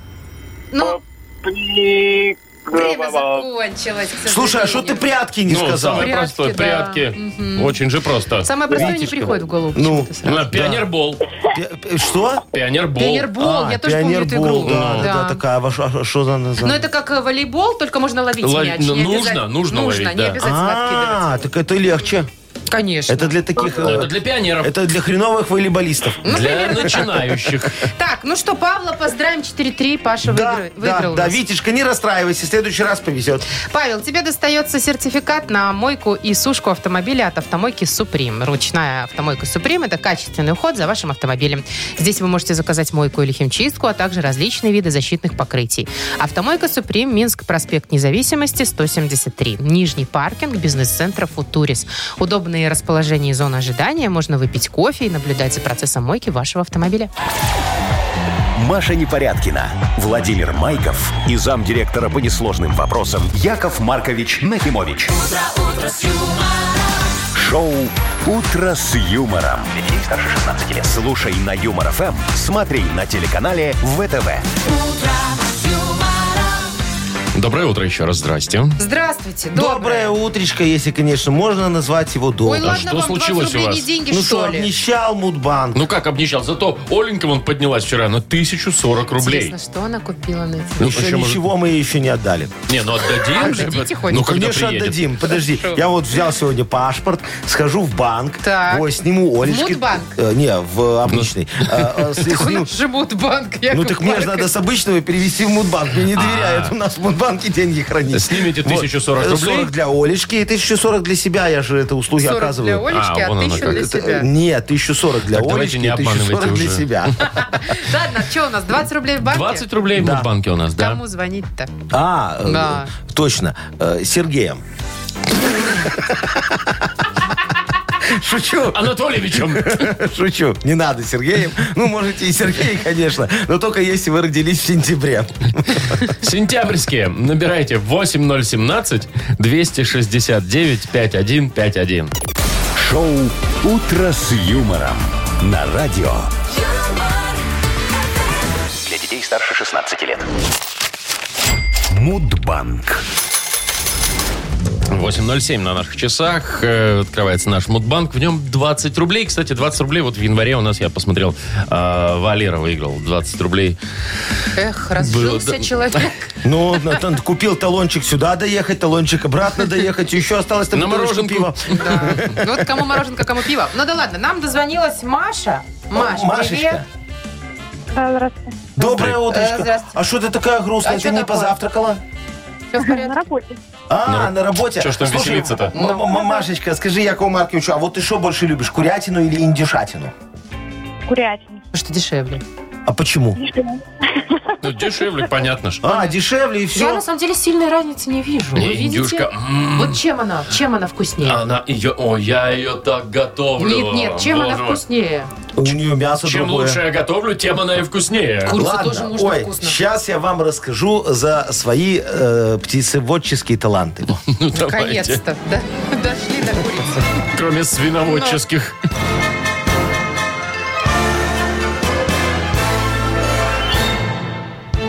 [SPEAKER 3] Ну,
[SPEAKER 7] э,
[SPEAKER 6] При...
[SPEAKER 3] Время закончилось, к
[SPEAKER 2] Слушай, а что ты
[SPEAKER 3] сожалению.
[SPEAKER 2] прятки не
[SPEAKER 1] ну,
[SPEAKER 2] сказал?
[SPEAKER 1] самое
[SPEAKER 3] Прятки,
[SPEAKER 1] простое,
[SPEAKER 3] да.
[SPEAKER 1] прятки. Очень же просто.
[SPEAKER 3] Самое простое не
[SPEAKER 1] Витечка.
[SPEAKER 3] приходит в голову.
[SPEAKER 2] Ну.
[SPEAKER 3] почему-то сразу.
[SPEAKER 1] Ну, Пионербол.
[SPEAKER 2] Пи- пи- Что?
[SPEAKER 1] Пионербол.
[SPEAKER 3] Пионербол,
[SPEAKER 2] А,
[SPEAKER 3] я тоже помню эту
[SPEAKER 2] пионербол,
[SPEAKER 3] игру.
[SPEAKER 2] Да, да, да, такая. А что- а что за
[SPEAKER 3] Но
[SPEAKER 2] назад?
[SPEAKER 3] это как э, волейбол, только можно ловить
[SPEAKER 1] Лов-
[SPEAKER 3] мяч.
[SPEAKER 1] ну,
[SPEAKER 3] не
[SPEAKER 1] нужно,
[SPEAKER 3] обязательно-
[SPEAKER 1] нужно ловить,
[SPEAKER 3] не
[SPEAKER 1] да.
[SPEAKER 3] обязательно
[SPEAKER 2] А,
[SPEAKER 3] откидывать.
[SPEAKER 2] так это легче.
[SPEAKER 3] Конечно.
[SPEAKER 2] Это для таких...
[SPEAKER 1] Ну,
[SPEAKER 2] э,
[SPEAKER 1] Это для пионеров.
[SPEAKER 2] Это для хреновых волейболистов.
[SPEAKER 3] Ну,
[SPEAKER 1] Для начинающих.
[SPEAKER 3] Так, ну что, Павла поздравим 4-3. Паша выиграл.
[SPEAKER 2] да,
[SPEAKER 3] выиграл у
[SPEAKER 2] да,
[SPEAKER 3] нас.
[SPEAKER 2] Витечка, не расстраивайся, в следующий раз повезет.
[SPEAKER 3] Павел, тебе достается сертификат на мойку и сушку автомобиля от автомойки «Суприм». Ручная автомойка «Суприм» — это качественный уход за вашим автомобилем. Здесь вы можете заказать мойку или химчистку, а также различные виды защитных покрытий. Автомойка «Суприм», Минск, проспект Независимости, 173. Нижний паркинг бизнес-центра «Футурис». Удобные расположения и зоны ожидания. Можно выпить кофе и наблюдать за процессом мойки вашего автомобиля.
[SPEAKER 4] Маша Непорядкина, Владимир Майков и замдиректора по несложным вопросам Яков Маркович Нахимович. Шоу Утро с юмором. Детей старше 16 лет. Слушай на юмор ФМ, смотри на телеканале ВТВ.
[SPEAKER 1] Доброе утро еще раз, здрасте.
[SPEAKER 3] Здравствуйте.
[SPEAKER 2] Доброе утречко, если, конечно, можно назвать его
[SPEAKER 3] Ой,
[SPEAKER 2] добрым.
[SPEAKER 3] ладно
[SPEAKER 1] А что
[SPEAKER 3] вам, 20
[SPEAKER 1] случилось у
[SPEAKER 3] рублей
[SPEAKER 1] вас?
[SPEAKER 3] не деньги,
[SPEAKER 2] Ну
[SPEAKER 3] что
[SPEAKER 2] что,
[SPEAKER 3] ли?
[SPEAKER 2] обнищал Мудбанк.
[SPEAKER 1] Ну как обнищал? Зато Оленька вон поднялась вчера на 1040 рублей.
[SPEAKER 3] Интересно, что она купила на эти
[SPEAKER 1] Ну,
[SPEAKER 2] Еще
[SPEAKER 1] почему же-
[SPEAKER 2] ничего мы еще не отдали.
[SPEAKER 1] Не, ну отдадим же.
[SPEAKER 3] Отдадите хоть?
[SPEAKER 1] Ну, когда
[SPEAKER 2] Конечно,
[SPEAKER 1] приедет.
[SPEAKER 2] отдадим. Подожди, я вот взял сегодня паспорт, схожу в банк,
[SPEAKER 3] Так.
[SPEAKER 2] вот, сниму Олечки. Э,
[SPEAKER 3] Мудбанк?
[SPEAKER 2] не,
[SPEAKER 1] Ну.
[SPEAKER 2] в обычный. Э, э, с-
[SPEAKER 3] Так у
[SPEAKER 2] сниму-
[SPEAKER 3] нас же банк,
[SPEAKER 2] Ну так мне же надо с обычного перевести в Мудбанк. Мне не
[SPEAKER 3] А.
[SPEAKER 2] доверяют. У нас в Мудбанке деньги хранить.
[SPEAKER 1] Снимите 1040
[SPEAKER 2] Вот. Э,
[SPEAKER 1] рублей.
[SPEAKER 2] 40 для Олечки и 1040 для себя. Я же это услуги
[SPEAKER 3] 40
[SPEAKER 2] оказываю. Э,
[SPEAKER 3] для Олечки,
[SPEAKER 1] А,
[SPEAKER 3] а,
[SPEAKER 1] вон оно
[SPEAKER 3] 1000
[SPEAKER 1] как.
[SPEAKER 3] для
[SPEAKER 1] Это-
[SPEAKER 3] себя.
[SPEAKER 2] Нет, 1040 для
[SPEAKER 1] Так давайте
[SPEAKER 2] Олечки
[SPEAKER 1] не
[SPEAKER 2] и 1040
[SPEAKER 1] обманывайте
[SPEAKER 2] для
[SPEAKER 1] уже.
[SPEAKER 2] себя.
[SPEAKER 3] Ладно, что у нас, 20 рублей в банке?
[SPEAKER 1] 20 рублей в Мудбанке у нас, да?
[SPEAKER 3] Кому звонить-то?
[SPEAKER 2] А, э,
[SPEAKER 3] Да.
[SPEAKER 2] точно. Э, Сергеем. Шучу,
[SPEAKER 1] Анатольевичем.
[SPEAKER 2] шучу. Не надо Сергеем. Ну, можете и Сергей, конечно. Но только если вы родились в сентябре.
[SPEAKER 1] Сентябрьские. Набирайте 8017-269-5151.
[SPEAKER 4] Шоу Утро с юмором на радио.
[SPEAKER 5] Для детей старше 16 лет.
[SPEAKER 4] Мудбанк.
[SPEAKER 1] 8.07 на наших часах. Э, Открывается наш Мудбанк. В нем 20 рублей. Кстати, 20 рублей вот в январе у нас, я посмотрел, э, Валера выиграл 20 рублей.
[SPEAKER 3] Эх, разжился
[SPEAKER 1] да.
[SPEAKER 3] человек.
[SPEAKER 2] Ну, на- там купил талончик сюда доехать, талончик обратно доехать. Еще осталось там
[SPEAKER 1] На
[SPEAKER 2] бутылочку
[SPEAKER 1] мороженку.
[SPEAKER 2] пива.
[SPEAKER 3] Да. Ну вот кому мороженка, кому пиво. Ну да ладно, нам дозвонилась Маша. Маш, привет.
[SPEAKER 2] Машечка. Доброе
[SPEAKER 3] Э,
[SPEAKER 2] утро.
[SPEAKER 3] здравствуйте.
[SPEAKER 2] А что ты такая грустная?
[SPEAKER 3] А
[SPEAKER 2] Ты
[SPEAKER 3] что
[SPEAKER 2] не
[SPEAKER 3] такое?
[SPEAKER 2] позавтракала?
[SPEAKER 3] Все в порядке?
[SPEAKER 8] работе.
[SPEAKER 2] А, на работе.
[SPEAKER 1] Чё ж там
[SPEAKER 2] Слушай,
[SPEAKER 1] веселиться-то?
[SPEAKER 2] м- м- Машечка, скажи Якову Марковичу, а вот ты что больше любишь, курятину или индюшатину?
[SPEAKER 8] Курятина.
[SPEAKER 3] Что дешевле.
[SPEAKER 2] А почему?
[SPEAKER 1] Ну, дешевле, понятно ж.
[SPEAKER 2] А, дешевле и
[SPEAKER 3] Я
[SPEAKER 2] все.
[SPEAKER 3] на самом деле сильной разницы не вижу. Вы
[SPEAKER 1] Не, индюшка. м-м. А,
[SPEAKER 3] видите?
[SPEAKER 1] м,
[SPEAKER 3] Вот чем она? Чем она вкуснее?
[SPEAKER 1] Она ее... О, я ее так готовлю.
[SPEAKER 3] Нет, нет, чем она
[SPEAKER 1] ну, Боже мой.
[SPEAKER 3] вкуснее?
[SPEAKER 2] У нее мясо
[SPEAKER 1] Чем
[SPEAKER 2] другое.
[SPEAKER 1] лучше я готовлю, тем она и вкуснее.
[SPEAKER 3] Курицу
[SPEAKER 2] Ладно,
[SPEAKER 3] тоже нужно
[SPEAKER 2] ой,
[SPEAKER 3] вкусно.
[SPEAKER 2] сейчас я вам расскажу за свои э, птицеводческие таланты.
[SPEAKER 1] Ну, давайте.
[SPEAKER 3] Наконец-то. да. Дошли до курицы.
[SPEAKER 1] Кроме свиноводческих.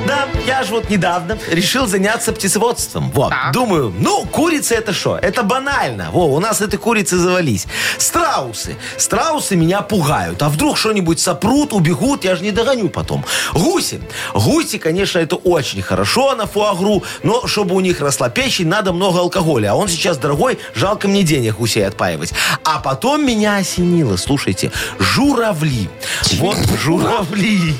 [SPEAKER 2] Да, я же вот недавно решил заняться птицеводством. Вот,
[SPEAKER 3] Так.
[SPEAKER 2] думаю, ну, курица это что? Это банально. Во, у нас этой курицы завались. Страусы. Страусы меня пугают. А вдруг что-нибудь сопрут, убегут, я же не догоню потом. Гуси. Гуси, конечно, это очень хорошо на фуагру, но чтобы у них росла печень, надо много алкоголя. А он сейчас дорогой, жалко мне денег гусей отпаивать. А потом меня осенило, слушайте, журавли. Вот журавли.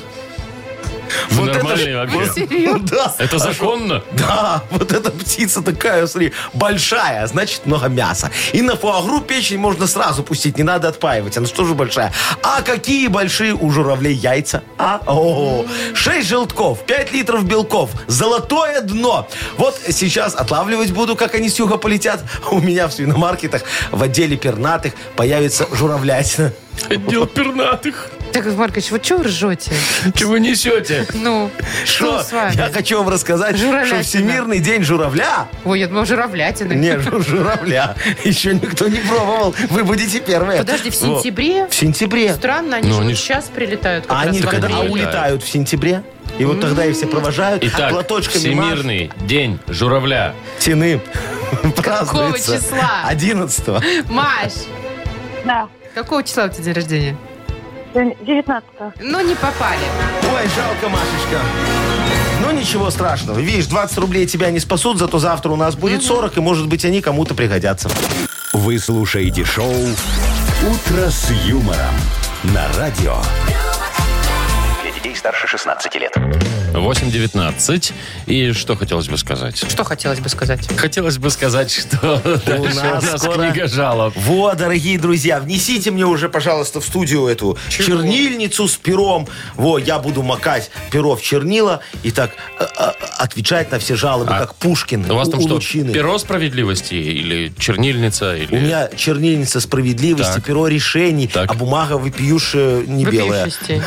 [SPEAKER 1] Вы
[SPEAKER 2] Вот это
[SPEAKER 1] нормальные
[SPEAKER 2] ж-
[SPEAKER 1] вообще?
[SPEAKER 2] Да.
[SPEAKER 1] Это законно?
[SPEAKER 2] Да, вот эта птица такая, смотри, большая, а значит, много мяса. И на фуагру печень можно сразу пустить, не надо отпаивать, она же тоже большая. А какие большие у журавлей яйца? А? О, шесть желтков, 5 литров белков, золотое дно. Вот сейчас отлавливать буду, как они с юга полетят. У меня в свиномаркетах в отделе пернатых появится журавлятина.
[SPEAKER 1] Отдел пернатых.
[SPEAKER 3] Так, Яков Маркович, вы что ржете?
[SPEAKER 1] Чего несете?
[SPEAKER 3] Ну, что
[SPEAKER 2] Шо?
[SPEAKER 3] с вами?
[SPEAKER 2] Я хочу вам рассказать, что
[SPEAKER 3] Журавлятина.
[SPEAKER 2] Всемирный день журавля
[SPEAKER 3] Ой, я думала, журавлятина.
[SPEAKER 2] Не, жу- журавля. Еще никто не пробовал. Вы будете первые.
[SPEAKER 3] Подожди, в
[SPEAKER 2] Во.
[SPEAKER 3] сентябре?
[SPEAKER 2] В сентябре.
[SPEAKER 3] Странно, они
[SPEAKER 1] Ну,
[SPEAKER 3] же
[SPEAKER 1] они
[SPEAKER 3] вот
[SPEAKER 1] ж-
[SPEAKER 3] сейчас прилетают. как
[SPEAKER 2] А
[SPEAKER 3] раз
[SPEAKER 2] они
[SPEAKER 3] в
[SPEAKER 1] так
[SPEAKER 2] когда
[SPEAKER 3] апреле.
[SPEAKER 2] а
[SPEAKER 1] они
[SPEAKER 2] улетают в сентябре? И вот тогда и все провожают
[SPEAKER 1] Итак,
[SPEAKER 2] платочками машут.
[SPEAKER 1] Всемирный день журавля.
[SPEAKER 2] Тины празднуется
[SPEAKER 3] числа?
[SPEAKER 2] 11
[SPEAKER 3] Маш,
[SPEAKER 8] Да.
[SPEAKER 3] какого числа у тебя день рождения?
[SPEAKER 8] 19
[SPEAKER 3] Ну, не попали.
[SPEAKER 2] Ой, жалко, Машечка. Ну ничего страшного. Видишь, 20 рублей тебя не спасут, зато завтра у нас будет 40, и, может быть, они кому-то пригодятся.
[SPEAKER 4] Вы слушаете шоу «Утро с юмором» на радио.
[SPEAKER 5] Для детей старше 16 лет.
[SPEAKER 1] 8.19. И что хотелось бы сказать?
[SPEAKER 3] Что хотелось бы сказать?
[SPEAKER 1] Хотелось бы сказать, что дальше у
[SPEAKER 2] нас
[SPEAKER 1] нас
[SPEAKER 2] скоро-
[SPEAKER 1] книга жалоб.
[SPEAKER 2] Вот, дорогие друзья, внесите мне уже, пожалуйста, в студию эту чернильницу с пером. Во, я буду макать перо в чернила и так э, э, отвечать на все жалобы,
[SPEAKER 1] А
[SPEAKER 2] как Пушкин
[SPEAKER 1] У вас там
[SPEAKER 2] у
[SPEAKER 1] что,
[SPEAKER 2] Лучины.
[SPEAKER 1] перо справедливости или чернильница? Или...
[SPEAKER 2] У меня чернильница справедливости,
[SPEAKER 1] Так.
[SPEAKER 2] перо решений,
[SPEAKER 1] Так.
[SPEAKER 2] а бумага выпиюшая не белая.
[SPEAKER 3] Вопиющести.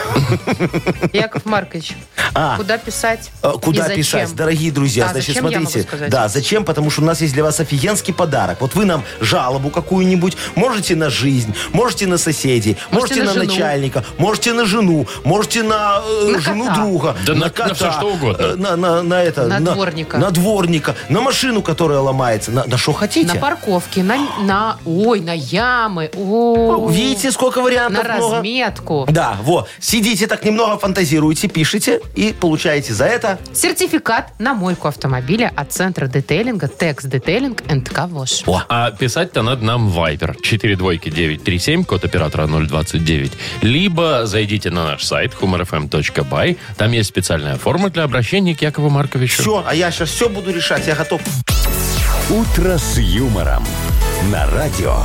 [SPEAKER 3] Яков Маркович,
[SPEAKER 2] А.
[SPEAKER 3] куда писать?
[SPEAKER 2] Э,
[SPEAKER 3] и
[SPEAKER 2] Куда
[SPEAKER 3] зачем?
[SPEAKER 2] писать, дорогие друзья?
[SPEAKER 3] А,
[SPEAKER 2] значит,
[SPEAKER 3] зачем я могу
[SPEAKER 2] смотрите.
[SPEAKER 3] сказать?
[SPEAKER 2] да, зачем? Потому что у нас есть для вас офигенский подарок. Вот вы нам жалобу какую-нибудь можете на жизнь, можете на соседей, можете,
[SPEAKER 3] Можете на
[SPEAKER 2] на,
[SPEAKER 3] жену.
[SPEAKER 2] начальника, можете на жену, можете на, э,
[SPEAKER 3] На
[SPEAKER 2] жену
[SPEAKER 3] кота.
[SPEAKER 2] друга,
[SPEAKER 1] Да на- на
[SPEAKER 2] кота,
[SPEAKER 1] всё что угодно.
[SPEAKER 2] э, На, на- на это,
[SPEAKER 3] На дворника.
[SPEAKER 2] На дворника, на машину, которая ломается, на что хотите.
[SPEAKER 3] На парковке, на, на... Ой, на ямы. О,
[SPEAKER 2] Ну, Видите, сколько
[SPEAKER 3] На
[SPEAKER 2] вариантов много?
[SPEAKER 3] разметку.
[SPEAKER 2] Да, вот. Сидите так немного, фантазируете, пишите и получаете за это
[SPEAKER 3] Сертификат на мойку автомобиля от центра детейлинга Текс Детейлинг НК ВОЖ.
[SPEAKER 1] А писать-то надо нам в Viber 42937, код оператора 029. Либо зайдите на наш сайт humorfm.by. Там есть специальная форма для обращения к Якову Марковичу.
[SPEAKER 2] все. А я сейчас все буду решать, я готов.
[SPEAKER 4] «Утро с юмором» на радио.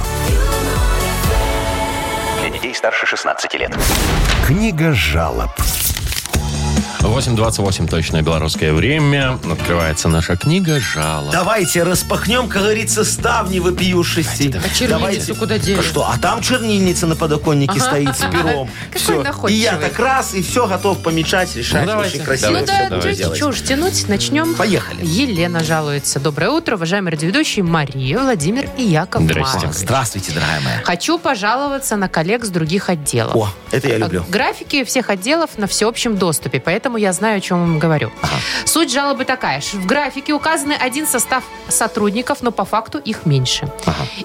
[SPEAKER 5] Для детей старше 16 лет.
[SPEAKER 4] Книга жалоб.
[SPEAKER 1] 8.28 точное белорусское время. Открывается наша книга жалоб.
[SPEAKER 2] Давайте распахнем, как говорится, ставни вопиюшести.
[SPEAKER 3] А чернильницу куда
[SPEAKER 2] А
[SPEAKER 3] делись?
[SPEAKER 2] Что? А там чернильница на подоконнике стоит с пером.
[SPEAKER 3] Какой
[SPEAKER 2] Всё. И
[SPEAKER 3] находчивый.
[SPEAKER 2] я так раз, и все, готов помечать, решать.
[SPEAKER 1] Ну, давайте.
[SPEAKER 2] Очень красиво
[SPEAKER 1] Давайте,
[SPEAKER 2] всё
[SPEAKER 1] давайте.
[SPEAKER 2] будет
[SPEAKER 1] Давайте,
[SPEAKER 2] делать.
[SPEAKER 3] Чего уж тянуть, начнем.
[SPEAKER 2] Поехали.
[SPEAKER 3] Елена жалуется. Доброе утро, уважаемые радиоведущие Мария, Владимир и Яков
[SPEAKER 1] Здрасте.
[SPEAKER 3] Маркович.
[SPEAKER 2] Здравствуйте, дорогая моя.
[SPEAKER 3] Хочу пожаловаться на коллег с других отделов.
[SPEAKER 2] О, это я люблю.
[SPEAKER 3] А, Графики всех отделов на всеобщем доступе, поэтому я знаю, о чем вам говорю. Суть жалобы такая. ш- В графике указаны один состав сотрудников, но по факту их меньше.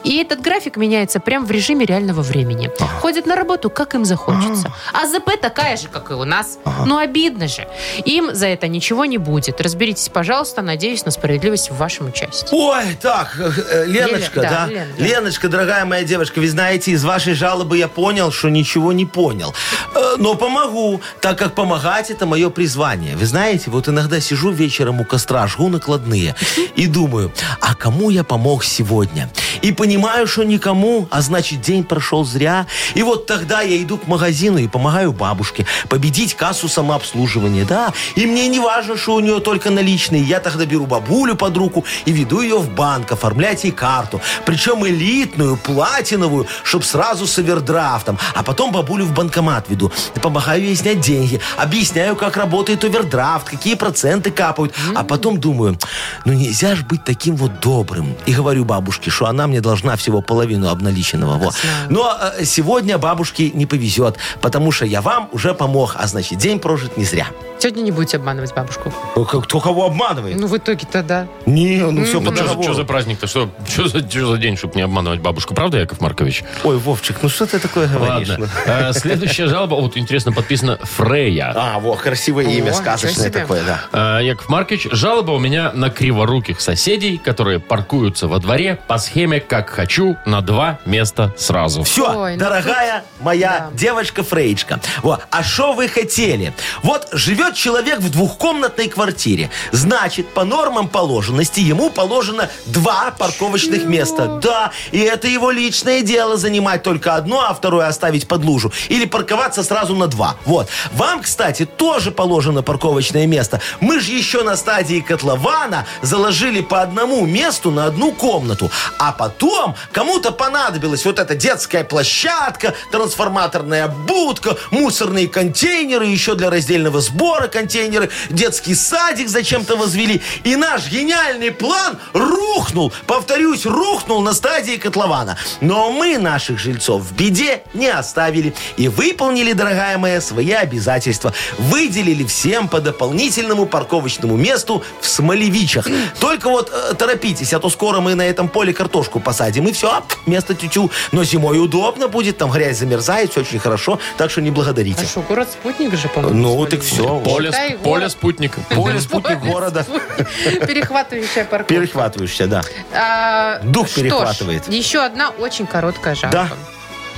[SPEAKER 3] И этот график меняется прямо в режиме реального времени. Ходят на работу, как им захочется. А ЗП такая же, как и у нас. Ну, обидно же. Им за это ничего не будет. Разберитесь, пожалуйста, надеюсь на справедливость в вашем участии.
[SPEAKER 2] Ой, так, э, э, Леночка,
[SPEAKER 3] Лена, да,
[SPEAKER 2] да?
[SPEAKER 3] Лен, да.
[SPEAKER 2] Леночка, дорогая моя девушка, вы знаете, из вашей жалобы я понял, что ничего не понял. Э, Но помогу, так как помогать это мое призвание. Вы знаете, вот иногда сижу вечером у костра, жгу накладные и думаю, а кому я помог сегодня? И понимаю, что никому, а значит день прошел зря. И вот тогда я иду к магазину и помогаю бабушке победить кассу самообслуживания, да? И мне не важно, что у нее только наличные. Я тогда беру бабулю под руку и веду ее в банк, оформлять ей карту. Причем элитную, платиновую, чтоб сразу с овердрафтом. А потом бабулю в банкомат веду. Помогаю ей снять деньги. Объясняю, как работает овердрафт, какие проценты капают. А потом думаю, ну нельзя же быть таким вот добрым. И говорю бабушке, что она мне должна всего половину обналиченного. Во. Но э, сегодня бабушке не повезет, потому что я вам уже помог, а значит день прожит не зря.
[SPEAKER 3] Сегодня не будете обманывать бабушку.
[SPEAKER 2] Э, Кто кого обманывает?
[SPEAKER 3] Ну, в итоге-то да.
[SPEAKER 2] Не, ну все по
[SPEAKER 1] Ну, что,
[SPEAKER 2] договору.
[SPEAKER 1] за праздник-то? Что, чё за, чё за день, чтобы не обманывать бабушку? Правда, Яков Маркович?
[SPEAKER 2] Ой, Вовчик, ну что ты такое говоришь?
[SPEAKER 1] Ладно.
[SPEAKER 2] ну?
[SPEAKER 1] Э, Следующая жалоба, вот интересно, подписана Фрея.
[SPEAKER 2] А, вот, красивое имя,
[SPEAKER 3] ничего
[SPEAKER 2] сказочное
[SPEAKER 3] себе.
[SPEAKER 2] такое, да.
[SPEAKER 1] Э, Яков Маркович, жалоба у меня на криворуких соседей, которые паркуются во дворе по схеме «как хочу» на два места сразу.
[SPEAKER 2] Все,
[SPEAKER 3] Ой, ну
[SPEAKER 2] дорогая моя
[SPEAKER 3] да.
[SPEAKER 2] девочка Фреечка. Вот, а что вы хотели? Вот живет человек в двухкомнатной квартире. Значит, по нормам положенности ему положено два парковочных места. Да, и это его личное дело занимать только одно, а второе оставить под лужу. Или парковаться сразу на два. Вот. Вам, кстати, тоже положено парковочное место. Мы же еще на стадии котлована заложили по одному месту на одну комнату. А потом кому-то понадобилась вот эта детская площадка, трансформаторная будка, мусорные контейнеры, еще для раздельного сбора контейнеры, детский садик зачем-то возвели. И наш гениальный план рухнул, повторюсь, рухнул на стадии котлована. Но мы наших жильцов в беде не оставили и выполнили, дорогая моя, свои обязательства. Выделили выделили всем по дополнительному парковочному месту в Смолевичах. Только вот э, торопитесь, а то скоро мы на этом поле картошку посадим, и все, место тютю. Но зимой удобно будет, там грязь замерзает, все очень хорошо, так что не благодарите.
[SPEAKER 3] А что, город-спутник же, по-моему.
[SPEAKER 2] Ну, так все.
[SPEAKER 1] Поле,
[SPEAKER 3] Считай, город.
[SPEAKER 1] поле спутник.
[SPEAKER 2] Поле спутник города.
[SPEAKER 3] Перехватывающая парковка.
[SPEAKER 2] Перехватываешься, да.
[SPEAKER 3] А,
[SPEAKER 2] Дух
[SPEAKER 3] что ж,
[SPEAKER 2] перехватывает.
[SPEAKER 3] еще одна очень короткая жалоба.
[SPEAKER 2] Да.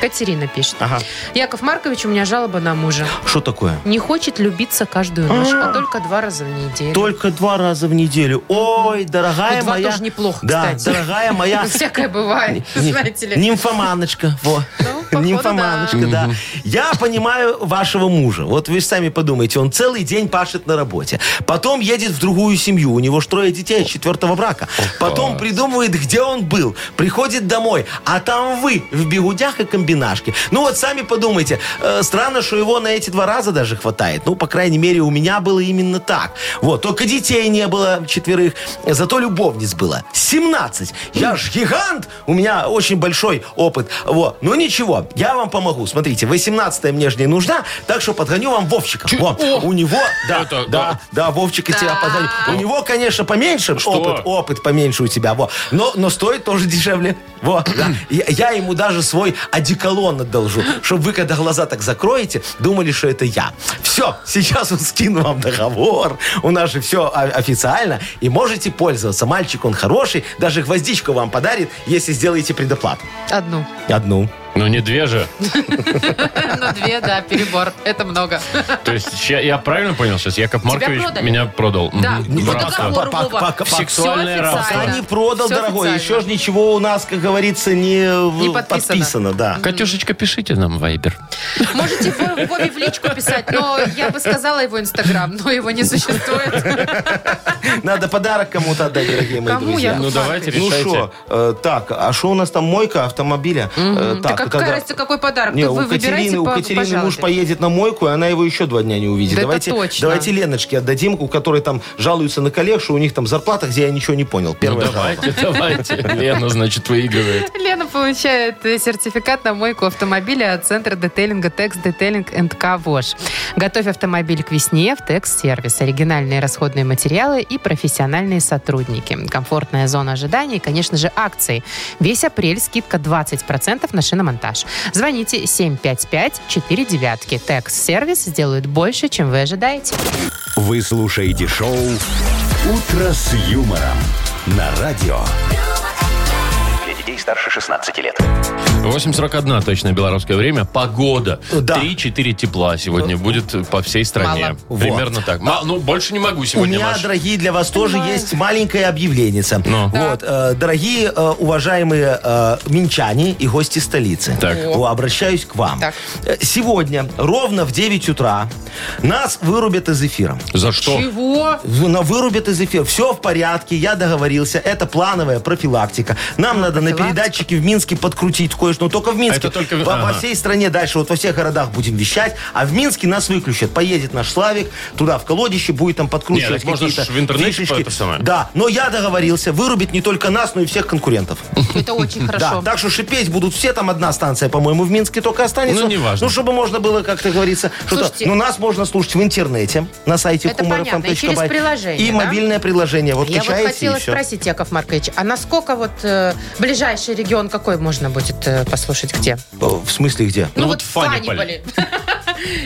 [SPEAKER 3] Катерина пишет.
[SPEAKER 2] Ага.
[SPEAKER 3] Яков Маркович, у меня жалоба на мужа.
[SPEAKER 2] Что такое?
[SPEAKER 3] Не хочет любиться каждую ночь, а только два раза в неделю.
[SPEAKER 2] Только два раза в неделю. Ой,
[SPEAKER 3] Ну,
[SPEAKER 2] дорогая
[SPEAKER 3] два
[SPEAKER 2] моя...
[SPEAKER 3] тоже неплохо,
[SPEAKER 2] Да,
[SPEAKER 3] кстати.
[SPEAKER 2] дорогая моя...
[SPEAKER 3] Ну, Всякое бывает,
[SPEAKER 2] Ни-
[SPEAKER 3] знаете ли.
[SPEAKER 2] Нимфоманочка. Во.
[SPEAKER 3] Ну, походу,
[SPEAKER 2] Нимфоманочка, да. Я понимаю вашего мужа. Вот вы ж сами подумайте, он целый день пашет на работе. Потом едет в другую семью. У него ж трое детей от четвертого брака. Потом придумывает, где он был. Приходит домой. А там вы в бегудях и комбинашке. Ну вот сами подумайте. Э, Странно, что его на эти два раза даже хватает. Ну, по крайней мере, у меня было именно так. Вот. Только детей не было четверых. Зато любовниц было 17. Я ж гигант. У меня очень большой опыт. Вот. Ну ничего, я вам помогу. Смотрите, 18 мне ж не нужна, так что подгоню вам Вовчика. Во. У него... Да,
[SPEAKER 1] Это-
[SPEAKER 2] да, да, Вовчика тебя подгоню. У него, конечно, поменьше
[SPEAKER 1] Что?
[SPEAKER 2] опыт. Опыт поменьше у тебя. Во. Но, но стоит тоже дешевле. Во, да. я, я ему даже свой одеколон одолжу, чтобы вы, когда глаза так закроете, думали, что это я. Все, сейчас вот скину вам договор. У нас же все официально. И можете пользоваться. Мальчик, он хороший. Даже гвоздичку вам подарит, если сделаете предоплату.
[SPEAKER 3] Одну.
[SPEAKER 2] Одну.
[SPEAKER 1] Ну, не две же.
[SPEAKER 3] Ну, две, да, перебор. Это много.
[SPEAKER 1] То есть, ща- я правильно понял сейчас? Яков Маркович
[SPEAKER 3] продали.
[SPEAKER 1] меня продал.
[SPEAKER 3] Да, Ну,
[SPEAKER 1] Мгм.
[SPEAKER 3] по
[SPEAKER 1] Браво.
[SPEAKER 3] договору,
[SPEAKER 2] Пока-
[SPEAKER 3] Вова.
[SPEAKER 2] пока-
[SPEAKER 3] Всё
[SPEAKER 1] сексуальное рабство.
[SPEAKER 3] официально.
[SPEAKER 2] Пока А не продал,
[SPEAKER 3] Всё
[SPEAKER 2] дорогой.
[SPEAKER 3] официально.
[SPEAKER 2] Еще же ничего у нас, как говорится, не,
[SPEAKER 3] Не
[SPEAKER 2] э,
[SPEAKER 3] подписано.
[SPEAKER 2] да.
[SPEAKER 1] Катюшечка, пишите нам вайбер.
[SPEAKER 3] Можете Вов- Вове в личку писать, но я бы сказала его инстаграм, но его не существует.
[SPEAKER 2] Надо подарок кому-то отдать, дорогие мои
[SPEAKER 3] Кому,
[SPEAKER 2] друзья.
[SPEAKER 3] Яков
[SPEAKER 1] Ну, давайте
[SPEAKER 3] Маркович?
[SPEAKER 1] решать.
[SPEAKER 2] Ну
[SPEAKER 1] решайте.
[SPEAKER 2] что, так, а что у нас там мойка автомобиля? Э,
[SPEAKER 3] Так а какая
[SPEAKER 2] когда-
[SPEAKER 3] разница, какой подарок?
[SPEAKER 2] Не,
[SPEAKER 3] Тут Вы
[SPEAKER 2] у
[SPEAKER 3] выбираете
[SPEAKER 2] Катерины, у
[SPEAKER 3] по
[SPEAKER 2] Катерины муж
[SPEAKER 3] пожалуйста.
[SPEAKER 2] поедет на мойку, и она его еще два дня не увидит.
[SPEAKER 3] Да это
[SPEAKER 2] давайте,
[SPEAKER 3] точно.
[SPEAKER 2] давайте Леночке отдадим, у которой там жалуются на коллег, что у них там зарплата, где я ничего не понял.
[SPEAKER 1] Ну,
[SPEAKER 2] Первая жалоба.
[SPEAKER 1] давайте, давайте. Лена, значит, выигрывает.
[SPEAKER 3] Лена получает э, сертификат на мойку автомобиля от центра детейлинга Текс Детейлинг НК ВОЖ. Готовь автомобиль к весне в Текс Сервис. Оригинальные расходные материалы и профессиональные сотрудники. Комфортная зона ожидания и, конечно же, акции. Весь апрель скидка 20% на шиномонтаж. Звоните 755-49. Текс Сервис сделают больше, чем вы ожидаете.
[SPEAKER 4] Вы слушаете шоу «Утро с юмором» на радио.
[SPEAKER 5] Для детей старше 16 лет.
[SPEAKER 1] 8.41 точное белорусское время. Погода.
[SPEAKER 2] Да. Э,
[SPEAKER 1] 3-4 тепла сегодня будет по всей стране.
[SPEAKER 2] Мало.
[SPEAKER 1] Примерно так. Ма- ну, больше не могу сегодня,
[SPEAKER 2] У меня,
[SPEAKER 1] Маш.
[SPEAKER 2] дорогие, для вас тоже есть маленькое объявленица.
[SPEAKER 1] Ну.
[SPEAKER 2] Вот, э, дорогие, э, уважаемые э, минчане и гости столицы.
[SPEAKER 1] Так.
[SPEAKER 2] О, обращаюсь к вам.
[SPEAKER 3] Так.
[SPEAKER 2] Э, Сегодня ровно в 9 утра нас вырубят из эфира.
[SPEAKER 1] За что?
[SPEAKER 3] Чего?
[SPEAKER 2] Но вырубят из эфира. Все в порядке, я договорился. Это плановая профилактика. Нам надо
[SPEAKER 3] профилактика.
[SPEAKER 2] на передатчике в Минске подкрутить кое-что. Но только в Минске.
[SPEAKER 1] А Это только в-
[SPEAKER 2] Во- во
[SPEAKER 1] ага.
[SPEAKER 2] всей стране дальше, вот во всех городах будем вещать. А в Минске нас выключат. Поедет наш Славик туда, в колодище, будет там
[SPEAKER 1] Не,
[SPEAKER 2] подкручивать
[SPEAKER 1] так можно ж
[SPEAKER 2] какие-то
[SPEAKER 1] в интернете по
[SPEAKER 2] фишечки.
[SPEAKER 1] это самое.
[SPEAKER 2] Да, но я договорился. Вырубит не только нас, но и всех конкурентов.
[SPEAKER 3] Это очень
[SPEAKER 2] Да,
[SPEAKER 3] хорошо.
[SPEAKER 2] так что шипеть будут все, там одна станция, по-моему, в Минске только останется.
[SPEAKER 1] Ну, неважно.
[SPEAKER 2] Ну, чтобы можно было, как-то говорится, что-то...
[SPEAKER 3] Слушайте.
[SPEAKER 2] Ну, нас можно слушать в интернете, на сайте
[SPEAKER 3] Это понятно, и через
[SPEAKER 2] humorfm.by.
[SPEAKER 3] приложение,
[SPEAKER 2] И
[SPEAKER 3] да?
[SPEAKER 2] мобильное приложение. Вот
[SPEAKER 3] Я вот
[SPEAKER 2] качаете,
[SPEAKER 3] хотела
[SPEAKER 2] и все.
[SPEAKER 3] спросить, Яков Маркович, а насколько вот э, ближайший регион какой можно будет э, послушать где?
[SPEAKER 2] В смысле где?
[SPEAKER 1] Ну, вот Фаниполе.
[SPEAKER 3] Фаниполе.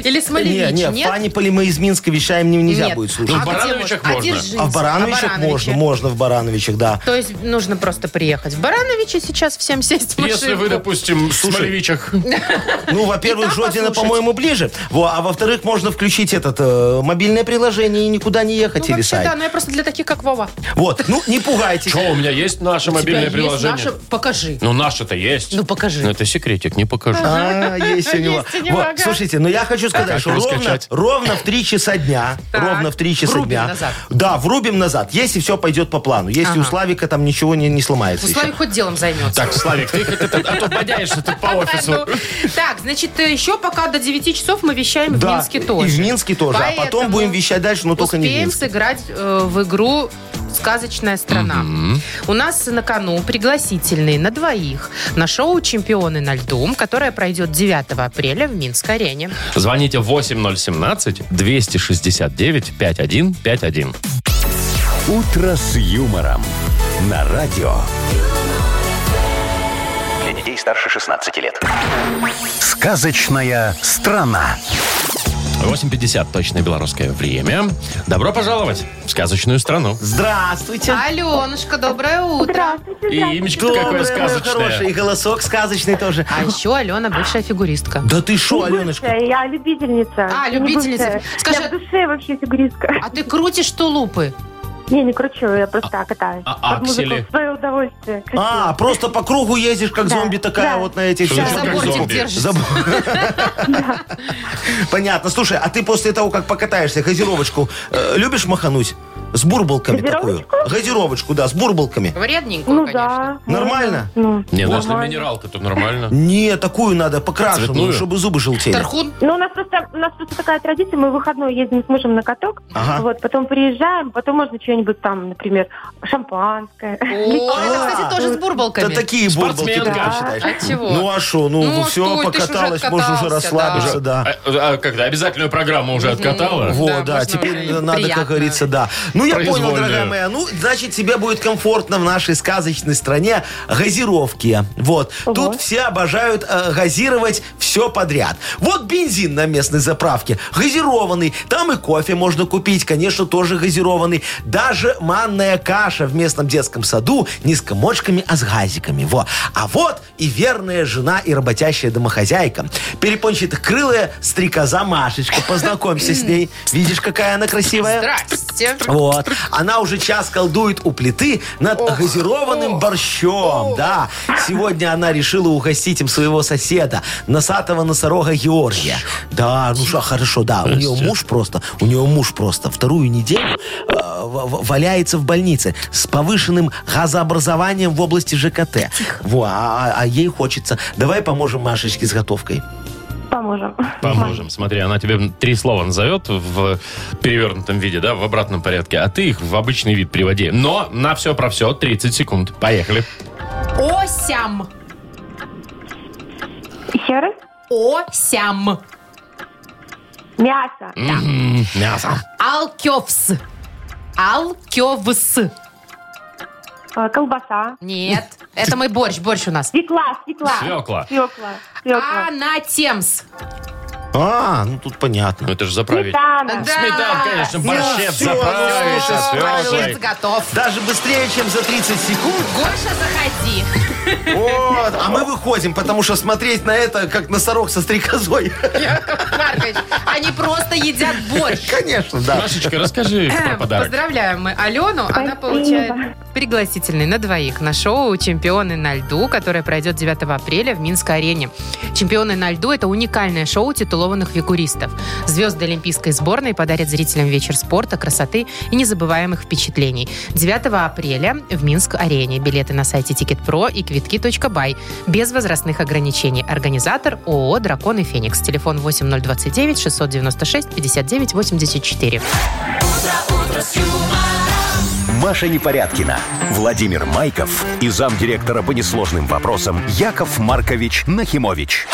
[SPEAKER 3] Или Смолевич,
[SPEAKER 2] не,
[SPEAKER 3] нет?
[SPEAKER 2] не, в Фаниполе мы из Минска вещаем, не- нельзя
[SPEAKER 3] Нет.
[SPEAKER 2] будет
[SPEAKER 1] Ну,
[SPEAKER 2] слушать.
[SPEAKER 1] в
[SPEAKER 3] где
[SPEAKER 1] Барановичах
[SPEAKER 3] можно? А
[SPEAKER 1] можно.
[SPEAKER 3] Дзержинск?
[SPEAKER 2] А в Барановичах
[SPEAKER 3] А
[SPEAKER 2] можно, можно в Барановичах, да.
[SPEAKER 3] То есть нужно просто приехать в Барановичи сейчас всем сесть в машину.
[SPEAKER 1] Если вы, допустим, в Смолевичах...
[SPEAKER 2] Ну, во-первых,
[SPEAKER 3] там
[SPEAKER 2] Жодина,
[SPEAKER 3] послушать.
[SPEAKER 2] по-моему, ближе. Во, а во-вторых, можно включить этот э, мобильное приложение и никуда не
[SPEAKER 3] ну,
[SPEAKER 2] ехать или
[SPEAKER 3] вообще,
[SPEAKER 2] сайт.
[SPEAKER 3] да, но я просто для таких, как Вова.
[SPEAKER 2] Вот, ну, не пугайтесь.
[SPEAKER 1] Что, у меня есть наше
[SPEAKER 3] У тебя
[SPEAKER 1] мобильное
[SPEAKER 3] есть
[SPEAKER 1] приложение?
[SPEAKER 3] наше- Покажи.
[SPEAKER 1] Ну, наше-то есть.
[SPEAKER 3] Ну, покажи.
[SPEAKER 1] Но это секретик, не покажу.
[SPEAKER 2] А, есть у него.
[SPEAKER 3] Есть у него,
[SPEAKER 2] Вот,
[SPEAKER 3] ага.
[SPEAKER 2] Слушайте, но я хочу
[SPEAKER 1] Как
[SPEAKER 2] сказать, что
[SPEAKER 1] его
[SPEAKER 2] ровно,
[SPEAKER 1] скачать?
[SPEAKER 2] ровно в 3 часа дня,
[SPEAKER 3] Так,
[SPEAKER 2] ровно в 3 часа
[SPEAKER 3] врубим
[SPEAKER 2] дня.
[SPEAKER 3] назад.
[SPEAKER 2] Да, врубим назад, если все пойдет по плану. Если
[SPEAKER 3] Ага.
[SPEAKER 2] у Славика там ничего не не сломается.
[SPEAKER 3] Ну,
[SPEAKER 2] еще.
[SPEAKER 3] Славик хоть делом займется.
[SPEAKER 1] Так, Славик, ты как это, а то бояешься ты по офису.
[SPEAKER 3] Ну, Так, значит, э, еще пока до 9 часов мы вещаем в
[SPEAKER 2] Да,
[SPEAKER 3] Минске тоже.
[SPEAKER 2] И в Минске тоже. А
[SPEAKER 3] Поэтому
[SPEAKER 2] потом будем вещать дальше, но только не в
[SPEAKER 3] Успеем
[SPEAKER 2] Минске.
[SPEAKER 3] сыграть э, в игру «Сказочная страна». У нас на кону пригласительные на двоих на шоу «Чемпионы на льду», которое пройдет 9 апреля в Минской арене.
[SPEAKER 1] Звоните 8017-269-5151.
[SPEAKER 4] «Утро с юмором» на радио.
[SPEAKER 5] Для детей старше 16 лет.
[SPEAKER 4] «Сказочная страна».
[SPEAKER 1] 8.50 точное белорусское время. Добро пожаловать в сказочную страну.
[SPEAKER 2] Здравствуйте.
[SPEAKER 3] Аленушка, доброе утро.
[SPEAKER 1] И
[SPEAKER 8] Здравствуйте.
[SPEAKER 1] имечко какое
[SPEAKER 2] хороший. И
[SPEAKER 1] сказочное.
[SPEAKER 2] голосок сказочный тоже.
[SPEAKER 3] А еще Алена бывшая фигуристка.
[SPEAKER 2] Да ты шо,
[SPEAKER 8] Бывшая,
[SPEAKER 2] Аленочка?
[SPEAKER 8] Я любительница.
[SPEAKER 3] А,
[SPEAKER 8] Не
[SPEAKER 3] любительница.
[SPEAKER 8] бывшая.
[SPEAKER 3] Скажи-
[SPEAKER 8] Я в душе вообще фигуристка.
[SPEAKER 3] А ты крутишь тулупы?
[SPEAKER 8] Не, не кручу, я просто так катаюсь.
[SPEAKER 1] а
[SPEAKER 8] Под музыку
[SPEAKER 1] аксели?
[SPEAKER 8] в свое удовольствие.
[SPEAKER 2] А, просто по кругу ездишь, как
[SPEAKER 8] Да,
[SPEAKER 2] зомби такая
[SPEAKER 8] да.
[SPEAKER 2] вот на этих...
[SPEAKER 1] Да,
[SPEAKER 3] За
[SPEAKER 1] Еще как
[SPEAKER 3] заборчик
[SPEAKER 1] зомби.
[SPEAKER 3] держишься.
[SPEAKER 2] Заб- Понятно. Слушай, а ты после того, как покатаешься, газировочку э, любишь махануть? С бурбалками такую.
[SPEAKER 8] Газировочку?
[SPEAKER 2] Газировочку, да, с бурбалками.
[SPEAKER 3] Вредненькую,
[SPEAKER 8] Ну
[SPEAKER 3] конечно.
[SPEAKER 8] да. можно.
[SPEAKER 2] Нормально?
[SPEAKER 8] Ну.
[SPEAKER 1] Не, ну если
[SPEAKER 8] Нормально.
[SPEAKER 1] минералка, то нормально.
[SPEAKER 2] Не, такую надо покрашенную,
[SPEAKER 1] Цветную?
[SPEAKER 2] чтобы зубы желтели.
[SPEAKER 3] Тархун?
[SPEAKER 8] Ну, у нас просто у нас просто такая традиция, мы в выходной ездим с мужем на каток,
[SPEAKER 2] Ага.
[SPEAKER 8] вот, потом приезжаем, потом можно что-нибудь там, например, шампанское.
[SPEAKER 3] О, это, кстати, тоже с бурбалками.
[SPEAKER 2] Да такие бурбалки, ты
[SPEAKER 1] Спортсменка.
[SPEAKER 2] как считаешь?
[SPEAKER 3] А чего?
[SPEAKER 2] Ну а что, ну,
[SPEAKER 3] Ну,
[SPEAKER 2] все,
[SPEAKER 3] что, ты ж уже
[SPEAKER 2] покаталась, можно уже
[SPEAKER 3] откатался,
[SPEAKER 2] расслабиться, да.
[SPEAKER 1] А, а когда обязательную программу уже откатала?
[SPEAKER 3] Мгм.
[SPEAKER 2] Во,
[SPEAKER 3] Да,
[SPEAKER 2] да,
[SPEAKER 3] можно
[SPEAKER 2] теперь
[SPEAKER 3] уже и
[SPEAKER 2] надо,
[SPEAKER 3] приятно.
[SPEAKER 2] как говорится, да. Ну, я понял,
[SPEAKER 1] Произвольную.
[SPEAKER 2] дорогая моя. Ну, значит, тебе будет комфортно в нашей сказочной стране газировки. Вот. Тут все обожают э, газировать все подряд. Вот бензин на местной заправке. Газированный. Там и кофе можно купить, конечно, тоже газированный. Даже манная каша в местном детском саду не с комочками, а с газиками. Во. А вот и верная жена и работящая домохозяйка. Перепончатых крылая стрекоза Машечка. Познакомься с ней. Видишь, какая она красивая?
[SPEAKER 3] Здрасте.
[SPEAKER 2] Вот. Она уже час колдует у плиты над газированным борщом. Да. Сегодня она решила угостить им своего соседа, носатого носорога Георгия. Да, ну что, хорошо, да. У нее муж просто, у нее муж просто вторую неделю э, в- в- валяется в больнице с повышенным газообразованием в области ЖКТ. Во, а, а- а ей хочется. Давай поможем Машечке с готовкой.
[SPEAKER 8] Поможем.
[SPEAKER 1] Поможем. Смотри, она тебе три слова назовет в перевернутом виде, да, в обратном порядке, а ты их в обычный вид приводи. Но на все про все 30 секунд. Поехали.
[SPEAKER 3] Осям.
[SPEAKER 8] Еще раз.
[SPEAKER 3] Осям.
[SPEAKER 8] Мясо.
[SPEAKER 1] М, Мясо.
[SPEAKER 3] Алкёвс. Алкёвс.
[SPEAKER 8] э, Колбаса.
[SPEAKER 3] Нет, это мой борщ, борщ у нас.
[SPEAKER 8] Свекла, свекла.
[SPEAKER 1] Свекла.
[SPEAKER 8] Свекла. Свекла.
[SPEAKER 3] Анатемс.
[SPEAKER 2] А, ну тут понятно.
[SPEAKER 1] Ну это же заправить.
[SPEAKER 8] Сметана.
[SPEAKER 1] Сметан, конечно, борщец
[SPEAKER 2] Ну, всё,
[SPEAKER 1] заправишь со
[SPEAKER 2] всё,
[SPEAKER 1] свеклой.
[SPEAKER 3] Борщец готов.
[SPEAKER 2] Даже быстрее, чем за 30 секунд.
[SPEAKER 3] Гоша, заходи.
[SPEAKER 2] Вот, а мы выходим, потому что смотреть на это, как носорог со стрекозой.
[SPEAKER 3] Яков Маркович, они просто едят борщ.
[SPEAKER 2] Конечно, да.
[SPEAKER 1] Машечка, расскажи про подарок.
[SPEAKER 3] Поздравляем мы Алену. Она
[SPEAKER 8] Спасибо.
[SPEAKER 3] получает пригласительный на двоих на шоу «Чемпионы на льду», которое пройдет 9 апреля в Минской арене. «Чемпионы на льду» — это уникальное шоу титулованных фигуристов. Звезды Олимпийской сборной подарят зрителям вечер спорта, красоты и незабываемых впечатлений. 9 апреля в Минск-арене. Билеты на сайте Ticket.pro и квитки.бай. Без возрастных ограничений. Организатор ООО «Дракон и Феникс». Телефон 8029 696 59 84.
[SPEAKER 4] Маша Непорядкина, Владимир Майков и замдиректора по несложным вопросам Яков Маркович Нахимович.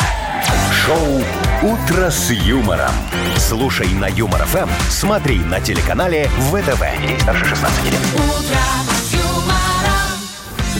[SPEAKER 4] Шоу «Утро с юмором». Слушай на Юмор ФМ, смотри на телеканале ВТВ. Ей старше 16 лет.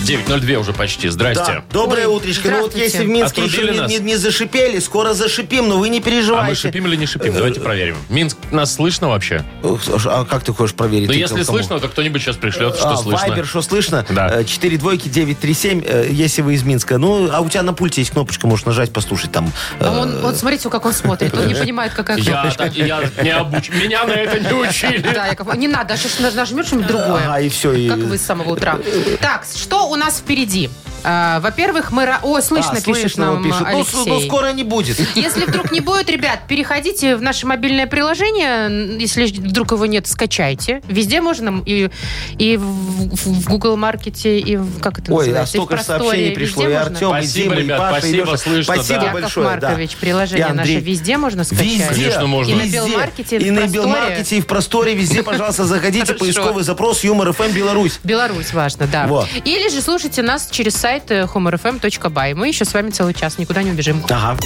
[SPEAKER 1] 9.02 уже почти. Здрасте.
[SPEAKER 2] Да. Доброе утречко. Ну вот
[SPEAKER 3] Здравствуйте.
[SPEAKER 2] если в Минске
[SPEAKER 1] Отрубили
[SPEAKER 2] еще не,
[SPEAKER 1] нас?
[SPEAKER 2] не- не зашипели, скоро зашипим, но вы не
[SPEAKER 1] А мы
[SPEAKER 2] переживайте.
[SPEAKER 1] шипим или не шипим? Давайте проверим. Минск, нас слышно вообще?
[SPEAKER 2] Ох, слушай, А как ты хочешь проверить?
[SPEAKER 1] Ну,
[SPEAKER 2] Ты
[SPEAKER 1] если
[SPEAKER 2] к кому?
[SPEAKER 1] слышно, то кто-нибудь сейчас пришлет, что
[SPEAKER 2] А,
[SPEAKER 1] слышно.
[SPEAKER 2] Вайбер, что слышно?
[SPEAKER 1] Да.
[SPEAKER 2] Э, 4 двойки 937, э, если вы из Минска. Ну, а у тебя на пульте есть кнопочка, можешь нажать, послушать там. э,
[SPEAKER 3] А он- вот смотрите, как он смотрит. Он не понимает, какая
[SPEAKER 1] Я,
[SPEAKER 3] кнопочка.
[SPEAKER 1] так- я не обуч... Меня на это не учили.
[SPEAKER 3] Да, Яков, не надо, аж наж- нажмешь что-нибудь другое.
[SPEAKER 2] Ага, и все.
[SPEAKER 3] Как вы с самого утра. Так, что у нас впереди? А, во-первых, мы... ра- О, слышно
[SPEAKER 2] А,
[SPEAKER 3] пишешь
[SPEAKER 2] слышно,
[SPEAKER 3] нам,
[SPEAKER 2] пишут. Ну, с-
[SPEAKER 3] Алексей.
[SPEAKER 2] Ну, скоро не будет.
[SPEAKER 3] Если вдруг не будет, ребят, переходите в наше мобильное приложение. н- Если вдруг его нет, скачайте. Везде можно. И, и в, в- в Google Маркете, и в, как это
[SPEAKER 2] Ой, а
[SPEAKER 3] называется? И в
[SPEAKER 2] столько же
[SPEAKER 3] просторе.
[SPEAKER 2] сообщений пришло.
[SPEAKER 3] Везде
[SPEAKER 2] И
[SPEAKER 3] можно.
[SPEAKER 2] Артем, и
[SPEAKER 1] Спасибо,
[SPEAKER 2] Дима, и
[SPEAKER 1] ребят,
[SPEAKER 2] Паша, и
[SPEAKER 1] спасибо,
[SPEAKER 2] Леша.
[SPEAKER 1] слышно,
[SPEAKER 2] Спасибо
[SPEAKER 1] да.
[SPEAKER 3] Яков
[SPEAKER 2] большое. да.
[SPEAKER 3] Маркович, приложение
[SPEAKER 2] И Андрей.
[SPEAKER 3] наше везде можно скачать?
[SPEAKER 1] Конечно, можно.
[SPEAKER 3] И на
[SPEAKER 2] Везде.
[SPEAKER 3] Белмаркете, и в
[SPEAKER 2] И на
[SPEAKER 3] Просторе.
[SPEAKER 2] Белмаркете, и в просторе. Везде, пожалуйста, заходите.
[SPEAKER 3] Хорошо.
[SPEAKER 2] Поисковый запрос Юмор ФМ Беларусь.
[SPEAKER 3] Беларусь важно, да.
[SPEAKER 2] Вот.
[SPEAKER 3] Или же слушайте нас через сайт э, humorfm.by. Мы еще с вами целый час, никуда не убежим.
[SPEAKER 2] Ага.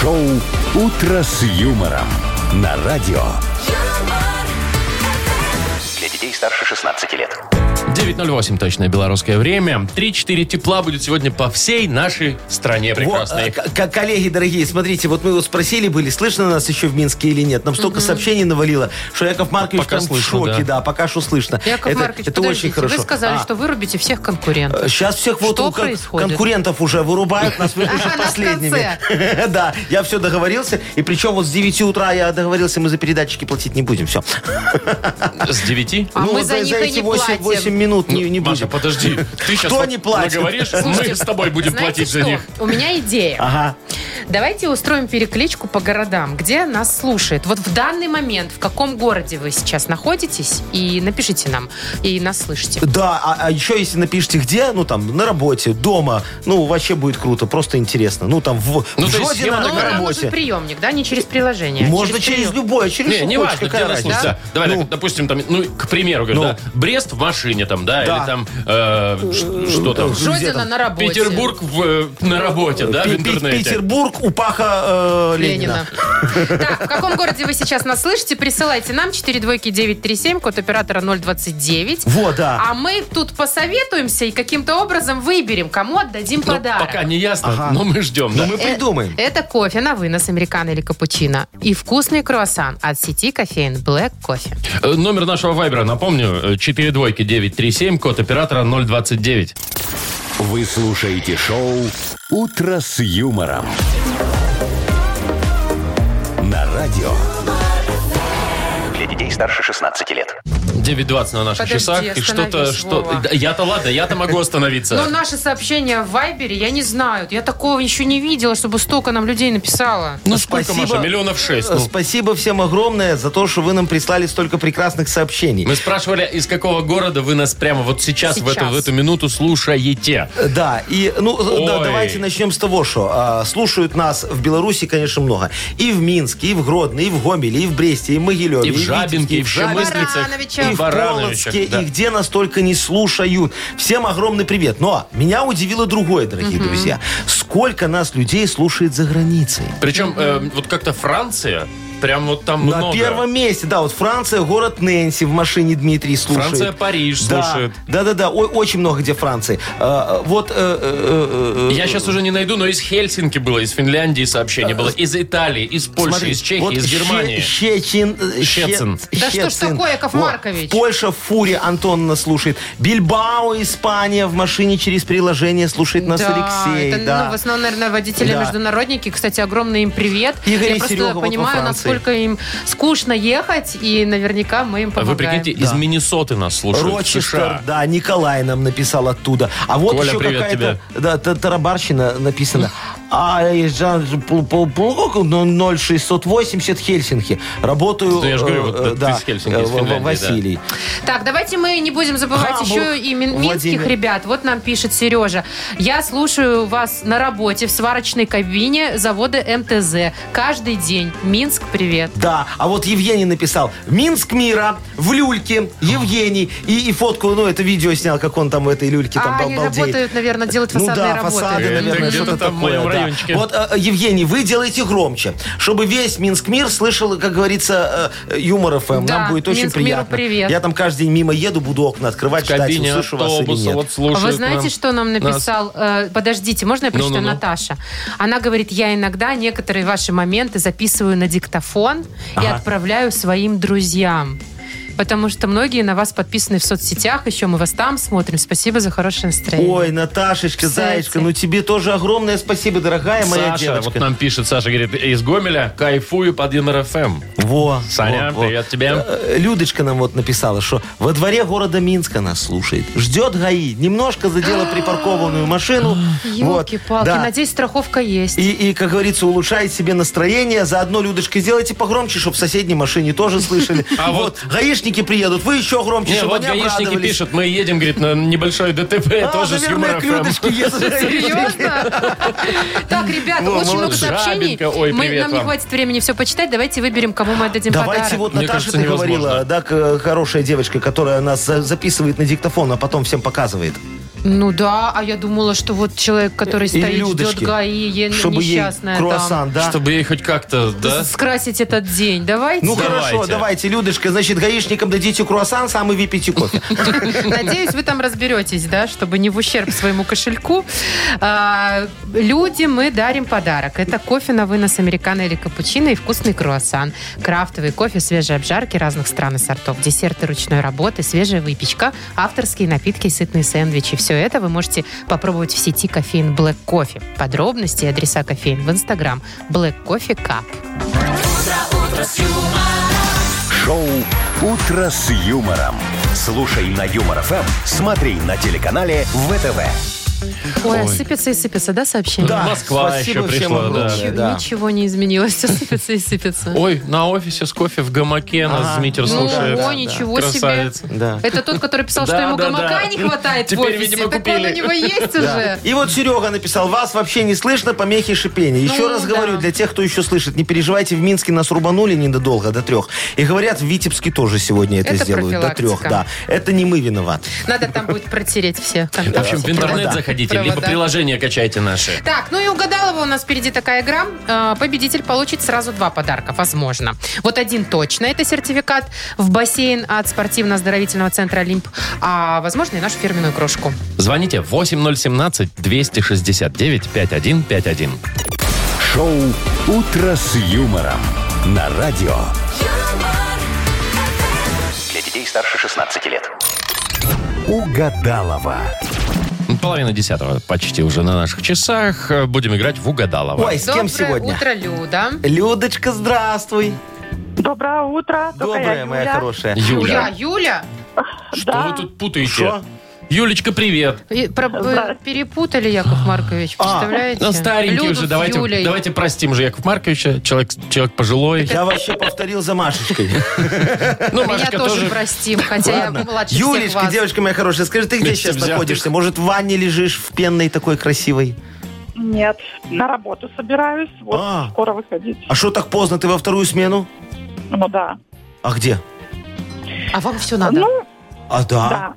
[SPEAKER 4] Шоу «Утро с юмором» на радио.
[SPEAKER 5] Для детей старше 16 лет.
[SPEAKER 1] 9.08 точное белорусское время. 3-4 тепла будет сегодня по всей нашей стране прекрасной.
[SPEAKER 2] Во, э, к- коллеги дорогие, смотрите, вот мы его спросили, были слышно нас еще в Минске или нет. Нам столько сообщений навалило, что Яков Маркович
[SPEAKER 1] Пока
[SPEAKER 2] там
[SPEAKER 1] слышно,
[SPEAKER 2] в шоке, да. пока что слышно.
[SPEAKER 3] Яков
[SPEAKER 2] это,
[SPEAKER 3] Маркович,
[SPEAKER 2] это
[SPEAKER 3] подождите,
[SPEAKER 2] очень хорошо.
[SPEAKER 3] вы сказали,
[SPEAKER 2] А, Э,
[SPEAKER 3] что вырубите всех конкурентов.
[SPEAKER 2] Сейчас всех вот
[SPEAKER 3] Что
[SPEAKER 2] у кон-
[SPEAKER 3] происходит?
[SPEAKER 2] конкурентов уже вырубают, нас
[SPEAKER 3] Ага,
[SPEAKER 2] выпишут
[SPEAKER 3] нас в
[SPEAKER 2] последними. Да, я все договорился. И причем вот с 9 утра я договорился, мы за передатчики платить не будем. Ну, Все.
[SPEAKER 1] С 9?
[SPEAKER 3] А мы за них и не
[SPEAKER 2] 8,
[SPEAKER 3] платим.
[SPEAKER 2] 8 минут не, не
[SPEAKER 1] Маша,
[SPEAKER 2] будем.
[SPEAKER 1] подожди. Ты сейчас
[SPEAKER 2] Кто не платит?
[SPEAKER 1] говоришь, мы с тобой будем
[SPEAKER 3] знаете
[SPEAKER 1] платить за
[SPEAKER 3] что?
[SPEAKER 1] них.
[SPEAKER 3] У меня идея.
[SPEAKER 2] Ага.
[SPEAKER 3] Давайте устроим перекличку по городам, где нас слушает. Вот в данный момент, в каком городе вы сейчас находитесь, и напишите нам, и нас слышите.
[SPEAKER 2] Да, а, а еще если напишите где, ну там на работе, дома, ну вообще будет круто, просто интересно. Ну там в,
[SPEAKER 1] Ну,
[SPEAKER 2] в
[SPEAKER 1] то есть
[SPEAKER 2] Жодино
[SPEAKER 1] схема на
[SPEAKER 2] на
[SPEAKER 3] Но нам нужен
[SPEAKER 2] работе.
[SPEAKER 3] а приемник, да, не через приложение. а
[SPEAKER 2] Можно через
[SPEAKER 3] прием.
[SPEAKER 2] любое,
[SPEAKER 3] Ну,
[SPEAKER 2] через
[SPEAKER 1] Не,
[SPEAKER 2] любое,
[SPEAKER 1] не важно, где
[SPEAKER 2] какая
[SPEAKER 1] нас слушать.
[SPEAKER 2] разница.
[SPEAKER 1] да. Давай,
[SPEAKER 2] Ну,
[SPEAKER 1] так, допустим, там, ну, к примеру, говорю,
[SPEAKER 2] Ну.
[SPEAKER 1] да, Брест в машине там, да,
[SPEAKER 2] Да.
[SPEAKER 1] или там, э, ш- что там,
[SPEAKER 2] Где
[SPEAKER 3] Жодина
[SPEAKER 2] там?
[SPEAKER 3] на работе.
[SPEAKER 1] Петербург в, э, на работе, да, в
[SPEAKER 2] Пи- Пи-
[SPEAKER 1] интернете.
[SPEAKER 2] Петербург, Упаха э, Ленина.
[SPEAKER 3] Ленина. Так, в каком городе вы сейчас нас слышите, присылайте нам 4 двойки 937, код оператора 029.
[SPEAKER 2] Вот, да.
[SPEAKER 3] А мы тут посоветуемся и каким-то образом выберем, кому отдадим
[SPEAKER 1] Ну,
[SPEAKER 3] подарок.
[SPEAKER 1] Пока не ясно,
[SPEAKER 2] Ага.
[SPEAKER 1] но мы ждем,
[SPEAKER 2] Ну
[SPEAKER 1] да.
[SPEAKER 2] мы
[SPEAKER 3] Э,
[SPEAKER 2] придумаем.
[SPEAKER 3] Это кофе на вынос, американо или капучино. И вкусный круассан от сети кофеин Black Кофе.
[SPEAKER 1] Э, Номер нашего вайбера, напомню, 4 двойки 937, код оператора 029.
[SPEAKER 4] Вы слушаете шоу «Утро с юмором» на радио.
[SPEAKER 5] Для детей старше 16 лет.
[SPEAKER 1] 9.20 на наших
[SPEAKER 3] Подожди,
[SPEAKER 1] часах. И что-то,
[SPEAKER 3] остановись,
[SPEAKER 1] что...
[SPEAKER 3] Вова. Ну,
[SPEAKER 1] Да, Я-то ладно, я-то могу
[SPEAKER 3] Но
[SPEAKER 1] остановиться.
[SPEAKER 3] наши сообщения в Вайбере я не знаю. Я такого еще не видела, чтобы столько нам людей написало.
[SPEAKER 1] Ну, сколько,
[SPEAKER 2] Спасибо.
[SPEAKER 1] Маша? Миллионов шесть. ну.
[SPEAKER 2] Спасибо всем огромное за то, что вы нам прислали столько прекрасных сообщений.
[SPEAKER 1] Мы спрашивали, из какого города вы нас прямо вот сейчас, В, эту,
[SPEAKER 3] Сейчас.
[SPEAKER 1] в эту минуту слушаете.
[SPEAKER 2] Да, и ну да,
[SPEAKER 1] Ой.
[SPEAKER 2] давайте начнем с того, что а, слушают нас в Беларуси, конечно, много. И в Минске, и в Гродно, и в Гомеле, и в Бресте, и в Могилеве,
[SPEAKER 1] И в Жабинке, и в
[SPEAKER 2] Витебске,
[SPEAKER 1] Щемыслицах, и
[SPEAKER 3] Барановичах.
[SPEAKER 2] и
[SPEAKER 1] в
[SPEAKER 2] в
[SPEAKER 1] Барановичах.
[SPEAKER 2] Полоцке,
[SPEAKER 1] да.
[SPEAKER 2] и где нас только не слушают. Всем огромный привет. Но меня удивило другое, дорогие друзья. Сколько нас людей слушает за границей?
[SPEAKER 1] Причем э, вот как-то Франция, прям вот там
[SPEAKER 2] На
[SPEAKER 1] много.
[SPEAKER 2] первом месте, да, вот Франция, город Нэнси в машине Дмитрий слушает.
[SPEAKER 1] Франция, Париж слушает.
[SPEAKER 2] Да, да, да, ой, очень много где Франции. А, вот э, э, э,
[SPEAKER 1] Я сейчас уже не найду, но из Хельсинки было, из Финляндии сообщение было, из Italiи, из Польши,
[SPEAKER 2] Смотри,
[SPEAKER 1] из Чехии,
[SPEAKER 2] вот
[SPEAKER 1] из
[SPEAKER 2] Ще-
[SPEAKER 1] Германии.
[SPEAKER 2] Щечин, э,
[SPEAKER 1] Щецин.
[SPEAKER 2] Щец-
[SPEAKER 3] Да что ж
[SPEAKER 2] Щецин.
[SPEAKER 3] такое, Яков
[SPEAKER 2] Вот.
[SPEAKER 3] Маркович?
[SPEAKER 2] Польша в фуре Антонна слушает. Бильбао, Испания в машине через приложение слушает нас
[SPEAKER 3] да,
[SPEAKER 2] Алексей.
[SPEAKER 3] это,
[SPEAKER 2] да.
[SPEAKER 3] ну, в основном, наверное, водители
[SPEAKER 2] Да.
[SPEAKER 3] международники. Кстати, огромный им привет.
[SPEAKER 2] Игорь
[SPEAKER 3] Я
[SPEAKER 2] и
[SPEAKER 3] просто
[SPEAKER 2] Серега вот во
[SPEAKER 3] понимаю,
[SPEAKER 2] Франции.
[SPEAKER 3] насколько им скучно ехать, и наверняка мы им
[SPEAKER 1] А Вы
[SPEAKER 3] помогаем.
[SPEAKER 1] прикиньте, из Миннесоты нас слушают,
[SPEAKER 2] Рочестер,
[SPEAKER 1] США.
[SPEAKER 2] да, Николай нам написал оттуда. А вот
[SPEAKER 1] Коля,
[SPEAKER 2] еще
[SPEAKER 1] привет
[SPEAKER 2] какая-то да, та- тарабарщина написана. А из Жан- Пл- Пл- Пл- ну, 0680 Хельсинки. Работаю
[SPEAKER 1] Да я ж говорю,
[SPEAKER 2] э,
[SPEAKER 1] вот
[SPEAKER 2] э,
[SPEAKER 1] ты из
[SPEAKER 2] да,
[SPEAKER 1] Хельсинки, из
[SPEAKER 2] э, в- в-
[SPEAKER 1] Финляндии, да.
[SPEAKER 2] Василий.
[SPEAKER 3] Так, давайте мы не будем забывать
[SPEAKER 2] Гамбург,
[SPEAKER 3] еще и мин- минских
[SPEAKER 2] Владимир.
[SPEAKER 3] ребят. Вот нам пишет Сережа. Я слушаю вас на работе в сварочной кабине завода МТЗ. Каждый день. Минск, привет.
[SPEAKER 2] Да, а вот Евгений написал «Минск мира, в люльке, Евгений». И, и фотку, ну, это видео снял, как он там в этой люльке там
[SPEAKER 3] а они
[SPEAKER 2] балдеет.
[SPEAKER 3] работают, наверное, делают
[SPEAKER 2] Ну
[SPEAKER 3] фасадные
[SPEAKER 2] да,
[SPEAKER 3] работы.
[SPEAKER 2] фасады,
[SPEAKER 1] Э,
[SPEAKER 2] наверное,
[SPEAKER 1] где-то там
[SPEAKER 2] что-то
[SPEAKER 1] в
[SPEAKER 2] такое.
[SPEAKER 1] моем
[SPEAKER 2] да.
[SPEAKER 1] райончике.
[SPEAKER 2] Вот, э, Евгений, вы делаете громче, чтобы весь Минск мир слышал, как говорится, э, юмор ФМ.
[SPEAKER 3] Да,
[SPEAKER 2] Нам будет очень
[SPEAKER 3] Минск миру
[SPEAKER 2] приятно.
[SPEAKER 3] привет.
[SPEAKER 2] Я там каждый день мимо еду, буду окна открывать,
[SPEAKER 1] В
[SPEAKER 2] ждать,
[SPEAKER 1] кабине
[SPEAKER 2] услышу вас или
[SPEAKER 1] автобуса
[SPEAKER 2] нет.
[SPEAKER 1] вот слушают.
[SPEAKER 3] А вы знаете,
[SPEAKER 1] нам.
[SPEAKER 3] что нам написал? Э, подождите, можно я прочитаю?
[SPEAKER 1] Ну-ну-ну.
[SPEAKER 3] Наташа. Она говорит, я иногда некоторые ваши моменты записываю на диктофон и отправляю своим друзьям. потому что многие на вас подписаны в соцсетях, еще мы вас там смотрим. Спасибо за хорошее настроение.
[SPEAKER 2] Ой, Наташечка,
[SPEAKER 3] Кстати.
[SPEAKER 2] Заячка, ну тебе тоже огромное спасибо, дорогая моя
[SPEAKER 1] Саша,
[SPEAKER 2] девочка.
[SPEAKER 1] вот нам пишет, Саша говорит, из Гомеля кайфую под ЮНРФМ.
[SPEAKER 2] Во,
[SPEAKER 1] Саня,
[SPEAKER 2] во, во.
[SPEAKER 1] привет тебе.
[SPEAKER 2] Э, Людочка нам вот написала, что во дворе города Минска нас слушает. Ждет ГАИ. Немножко задела припаркованную машину. Вот,
[SPEAKER 3] Елки-палки,
[SPEAKER 2] да.
[SPEAKER 3] надеюсь, страховка есть.
[SPEAKER 2] И, и, как говорится, улучшает себе настроение. Заодно, Людочка, сделайте погромче, чтобы в соседней машине тоже слышали.
[SPEAKER 1] А вот-
[SPEAKER 2] вот гаишники приедут, вы еще громче,
[SPEAKER 1] Не,
[SPEAKER 2] чтобы
[SPEAKER 1] вот
[SPEAKER 2] они
[SPEAKER 1] гаишники
[SPEAKER 2] обрадовались.
[SPEAKER 1] пишут, мы едем, говорит, на небольшое ДТП,
[SPEAKER 2] А,
[SPEAKER 1] тоже с
[SPEAKER 2] наверное, к
[SPEAKER 1] ЮМРФМ.
[SPEAKER 2] Людочке едут.
[SPEAKER 3] Серьезно? Так, ребята,
[SPEAKER 2] Во,
[SPEAKER 3] очень много
[SPEAKER 1] молодец.
[SPEAKER 3] сообщений.
[SPEAKER 1] Жабенька, ой,
[SPEAKER 3] Мы-
[SPEAKER 1] привет
[SPEAKER 3] Нам не
[SPEAKER 1] вам.
[SPEAKER 3] хватит времени все почитать. Давайте выберем, кому мы отдадим
[SPEAKER 2] Давайте
[SPEAKER 3] подарок.
[SPEAKER 2] вот
[SPEAKER 1] Мне
[SPEAKER 2] Наташа,
[SPEAKER 1] кажется,
[SPEAKER 2] ты
[SPEAKER 1] невозможно.
[SPEAKER 2] говорила, да, к- хорошая девочка, которая нас за- записывает на диктофон, а потом всем показывает.
[SPEAKER 3] Ну да, а я думала, что вот человек, который
[SPEAKER 2] Или
[SPEAKER 3] стоит, ждет
[SPEAKER 2] Людочки,
[SPEAKER 3] ГАИ, е-
[SPEAKER 2] Чтобы ей
[SPEAKER 3] несчастная там.
[SPEAKER 2] круассан, да?
[SPEAKER 1] Чтобы ей хоть как-то, да?
[SPEAKER 3] Скрасить этот день. Давайте.
[SPEAKER 2] Ну хорошо,
[SPEAKER 1] Давайте.
[SPEAKER 2] давайте, Людочка, значит, гаишникам дадите круассан, сам и выпейте кофе.
[SPEAKER 3] Надеюсь, вы там разберетесь, да, чтобы не в ущерб своему кошельку. А, люди мы дарим подарок. Это кофе на вынос американо или капучино и вкусный круассан. Крафтовый кофе, свежие обжарки разных стран и сортов, десерты ручной работы, свежая выпечка, авторские напитки и сытные сэндвичи. Все это вы можете попробовать в сети кофеин Black Coffee. Подробности и адреса кофеин в Инстаграм Black Coffee Cup.
[SPEAKER 4] Шоу «Утро с юмором». Слушай на Юмор ФМ, смотри на телеканале ВТВ.
[SPEAKER 3] Ой, сыпется и сыпется, да, сообщение?
[SPEAKER 2] Да,
[SPEAKER 1] Москва
[SPEAKER 2] спасибо
[SPEAKER 1] еще
[SPEAKER 2] всем
[SPEAKER 1] пришла,
[SPEAKER 2] огромное,
[SPEAKER 1] да.
[SPEAKER 3] Ничего,
[SPEAKER 2] да.
[SPEAKER 3] ничего не изменилось, все сыпется и сыпется.
[SPEAKER 1] Ой, на офисе с кофе в гамаке нас
[SPEAKER 2] Эм. Ага.
[SPEAKER 1] Змитер
[SPEAKER 2] Ну,
[SPEAKER 1] слушает.
[SPEAKER 3] Ого, ничего
[SPEAKER 1] Красавец.
[SPEAKER 3] себе.
[SPEAKER 2] Да.
[SPEAKER 3] Это тот, который писал, что
[SPEAKER 1] Да,
[SPEAKER 3] ему
[SPEAKER 1] да,
[SPEAKER 3] гамака
[SPEAKER 1] да.
[SPEAKER 3] не хватает в
[SPEAKER 1] Теперь,
[SPEAKER 3] офисе.
[SPEAKER 1] видимо,
[SPEAKER 3] Так он у
[SPEAKER 1] купили.
[SPEAKER 3] него есть уже.
[SPEAKER 2] И вот Серега написал, вас вообще не слышно, помехи шипения. Еще
[SPEAKER 3] Ну,
[SPEAKER 2] раз
[SPEAKER 3] да.
[SPEAKER 2] говорю, для тех, кто еще слышит, не переживайте, в Минске нас рубанули недолго, до трех. И говорят, в Витебске тоже сегодня это,
[SPEAKER 3] Это
[SPEAKER 2] сделают, до трех,
[SPEAKER 3] профилактика.
[SPEAKER 2] да. Это не мы виноваты.
[SPEAKER 3] Надо там будет протереть все.
[SPEAKER 1] В общем, в интернет заходите, либо
[SPEAKER 3] приложение.
[SPEAKER 1] приложение качайте наши.
[SPEAKER 3] Так, ну и угадалова у нас впереди такая игра. Э, Победитель получит сразу два подарка, возможно. Вот один точно, это сертификат в бассейн от спортивно-оздоровительного центра «Олимп», а возможно и нашу фирменную кружку.
[SPEAKER 1] Звоните 8017-269-5151.
[SPEAKER 4] Шоу «Утро с юмором» на радио.
[SPEAKER 7] юмор,
[SPEAKER 5] Для детей старше 16 лет.
[SPEAKER 4] Угадалова.
[SPEAKER 1] Половина десятого почти уже на наших часах. Э, Будем играть в угадалово.
[SPEAKER 2] Ой, с кем
[SPEAKER 3] Доброе
[SPEAKER 2] сегодня?
[SPEAKER 3] утро, Люда.
[SPEAKER 2] Людочка, здравствуй.
[SPEAKER 8] Доброе утро. только я
[SPEAKER 2] Добрая моя
[SPEAKER 8] Юля.
[SPEAKER 2] хорошая.
[SPEAKER 3] Я,
[SPEAKER 1] Юля,
[SPEAKER 3] Юля.
[SPEAKER 1] что
[SPEAKER 8] Да.
[SPEAKER 1] вы тут путаете?
[SPEAKER 2] Что?
[SPEAKER 1] Юлечка, привет.
[SPEAKER 3] И про-
[SPEAKER 8] Да.
[SPEAKER 3] э, Перепутали, Яков Маркович, представляете?
[SPEAKER 1] Ну, старенький
[SPEAKER 3] Люду
[SPEAKER 1] уже,
[SPEAKER 3] с
[SPEAKER 1] давайте,
[SPEAKER 3] Юлей.
[SPEAKER 1] давайте простим же Яков Марковича, человек, человек пожилой.
[SPEAKER 2] Я вообще повторил за Машечкой.
[SPEAKER 1] Ну,
[SPEAKER 3] Меня
[SPEAKER 1] Машечка
[SPEAKER 3] тоже, простим, хотя я
[SPEAKER 2] Ладно.
[SPEAKER 3] младше всех
[SPEAKER 2] Юлечка,
[SPEAKER 3] вас.
[SPEAKER 2] девочка моя хорошая, скажи, ты где
[SPEAKER 1] Вместе
[SPEAKER 2] сейчас
[SPEAKER 1] взятых.
[SPEAKER 2] находишься? Может, в ванне лежишь в пенной такой красивой?
[SPEAKER 8] Нет, на работу собираюсь. Вот
[SPEAKER 2] А.
[SPEAKER 8] скоро выходить.
[SPEAKER 2] А что так поздно? Ты во вторую смену?
[SPEAKER 8] Ну да.
[SPEAKER 2] А где?
[SPEAKER 3] А вам все надо?
[SPEAKER 8] Ну,
[SPEAKER 2] А да.
[SPEAKER 8] да.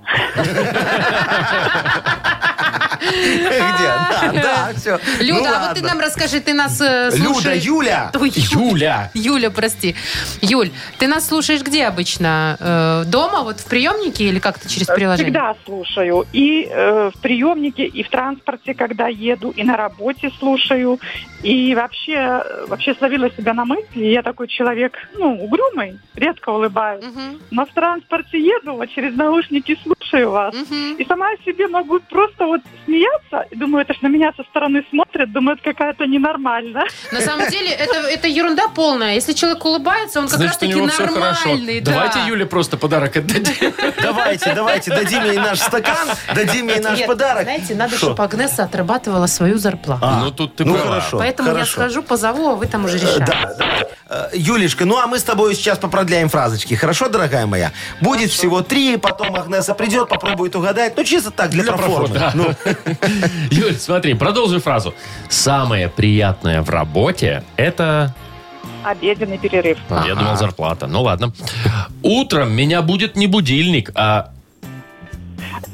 [SPEAKER 2] Где? Да, да, все.
[SPEAKER 3] Люда, а вот ты нам расскажи, ты нас э,
[SPEAKER 2] ну Люда,
[SPEAKER 3] слушаешь...
[SPEAKER 2] Юля!
[SPEAKER 3] Ой, Юля.
[SPEAKER 1] Юля.
[SPEAKER 3] Юля, прости. Юль, ты нас слушаешь где обычно? Э, дома, вот в приемнике или как-то через приложение?
[SPEAKER 8] Э, Всегда слушаю. И э, в приемнике, и в транспорте, когда еду, и на работе слушаю. И вообще, э, вообще словила себя на мысли. Я такой человек, ну, угрюмый, редко улыбаюсь.
[SPEAKER 3] Мгм,
[SPEAKER 8] Но в транспорте еду, вот через наушники слушаю вас.
[SPEAKER 3] мгм.
[SPEAKER 8] И сама себе могу просто вот смеяться. И думаю, это ж на меня со стороны смотрят, думают, какая-то ненормальная.
[SPEAKER 3] На самом деле, это, это ерунда полная. Если человек улыбается, он Ну, как
[SPEAKER 1] Значит, у
[SPEAKER 3] раз-таки
[SPEAKER 1] него все хорошо.
[SPEAKER 3] нормальный. да.
[SPEAKER 1] Давайте Юле просто подарок отдадим.
[SPEAKER 2] Давайте, давайте, дадим ей наш стакан, дадим ей наш
[SPEAKER 3] Нет,
[SPEAKER 2] подарок.
[SPEAKER 3] Знаете, надо,
[SPEAKER 2] Шо?
[SPEAKER 3] чтобы Агнеса отрабатывала свою зарплату.
[SPEAKER 2] А,
[SPEAKER 1] Ну, тут ты
[SPEAKER 2] ну,
[SPEAKER 1] права.
[SPEAKER 2] хорошо.
[SPEAKER 3] Поэтому я
[SPEAKER 2] хорошо.
[SPEAKER 3] схожу, позову, а вы там уже
[SPEAKER 2] Э,
[SPEAKER 3] решаете.
[SPEAKER 2] Да, давай. Э, Юлечка, ну а мы с тобой сейчас попродляем фразочки. Хорошо, дорогая моя? Будет всего три, потом Агнеса придет, попробует угадать. Ну, чисто так, для, проформы.
[SPEAKER 1] проформы,
[SPEAKER 2] Ну,
[SPEAKER 1] Юль, смотри, продолжи фразу. Самое приятное в работе – это...
[SPEAKER 8] Обеденный перерыв.
[SPEAKER 1] Я думал, зарплата. Ну, ладно. Утром меня будет не будильник, а...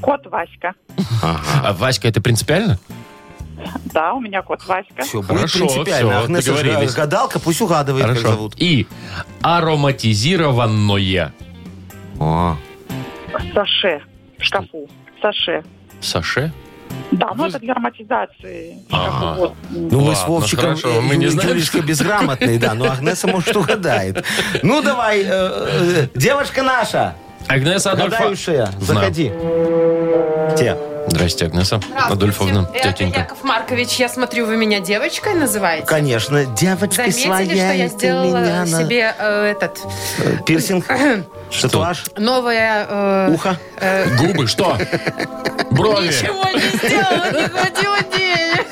[SPEAKER 8] Кот Васька.
[SPEAKER 1] а Васька, это принципиально?
[SPEAKER 8] Да, у меня кот Васька.
[SPEAKER 2] все, будет
[SPEAKER 1] Хорошо,
[SPEAKER 2] принципиально.
[SPEAKER 1] всё,
[SPEAKER 2] Агнеса же
[SPEAKER 1] договорились.
[SPEAKER 2] гадалка, пусть угадывает, как зовут.
[SPEAKER 1] И ароматизированное.
[SPEAKER 8] Саше. В шкафу. Саше.
[SPEAKER 1] Саше?
[SPEAKER 8] Да, ну
[SPEAKER 1] Вы-
[SPEAKER 8] это для ароматизации.
[SPEAKER 1] Ага.
[SPEAKER 8] Как бы вот.
[SPEAKER 2] Ну, мы
[SPEAKER 1] Ладно,
[SPEAKER 2] с Вовчиком
[SPEAKER 1] хорошо, мы
[SPEAKER 2] э,
[SPEAKER 1] не
[SPEAKER 2] Юрий
[SPEAKER 1] знаем,
[SPEAKER 2] Юрьевичка безграмотные, да, но Агнеса, может, угадает. Ну, давай, э, э, девочка наша,
[SPEAKER 1] Агнеса Адольфовна.
[SPEAKER 2] гадающая, заходи. Те.
[SPEAKER 1] Здрасте, Агнеса Адольфовна,
[SPEAKER 3] это
[SPEAKER 1] тетенька.
[SPEAKER 3] Яков Маркович. Я смотрю, вы меня девочкой называете.
[SPEAKER 2] Конечно, девочка
[SPEAKER 3] Заметили,
[SPEAKER 2] своя,
[SPEAKER 3] что я
[SPEAKER 2] и ты
[SPEAKER 3] сделала
[SPEAKER 2] меня на-
[SPEAKER 3] себе э, этот
[SPEAKER 2] Э, Пирсинг, татуаж,
[SPEAKER 3] новое... э,
[SPEAKER 2] ухо.
[SPEAKER 3] э,
[SPEAKER 1] Губы, что? Брови.
[SPEAKER 3] ничего не сделала, не хватило денег.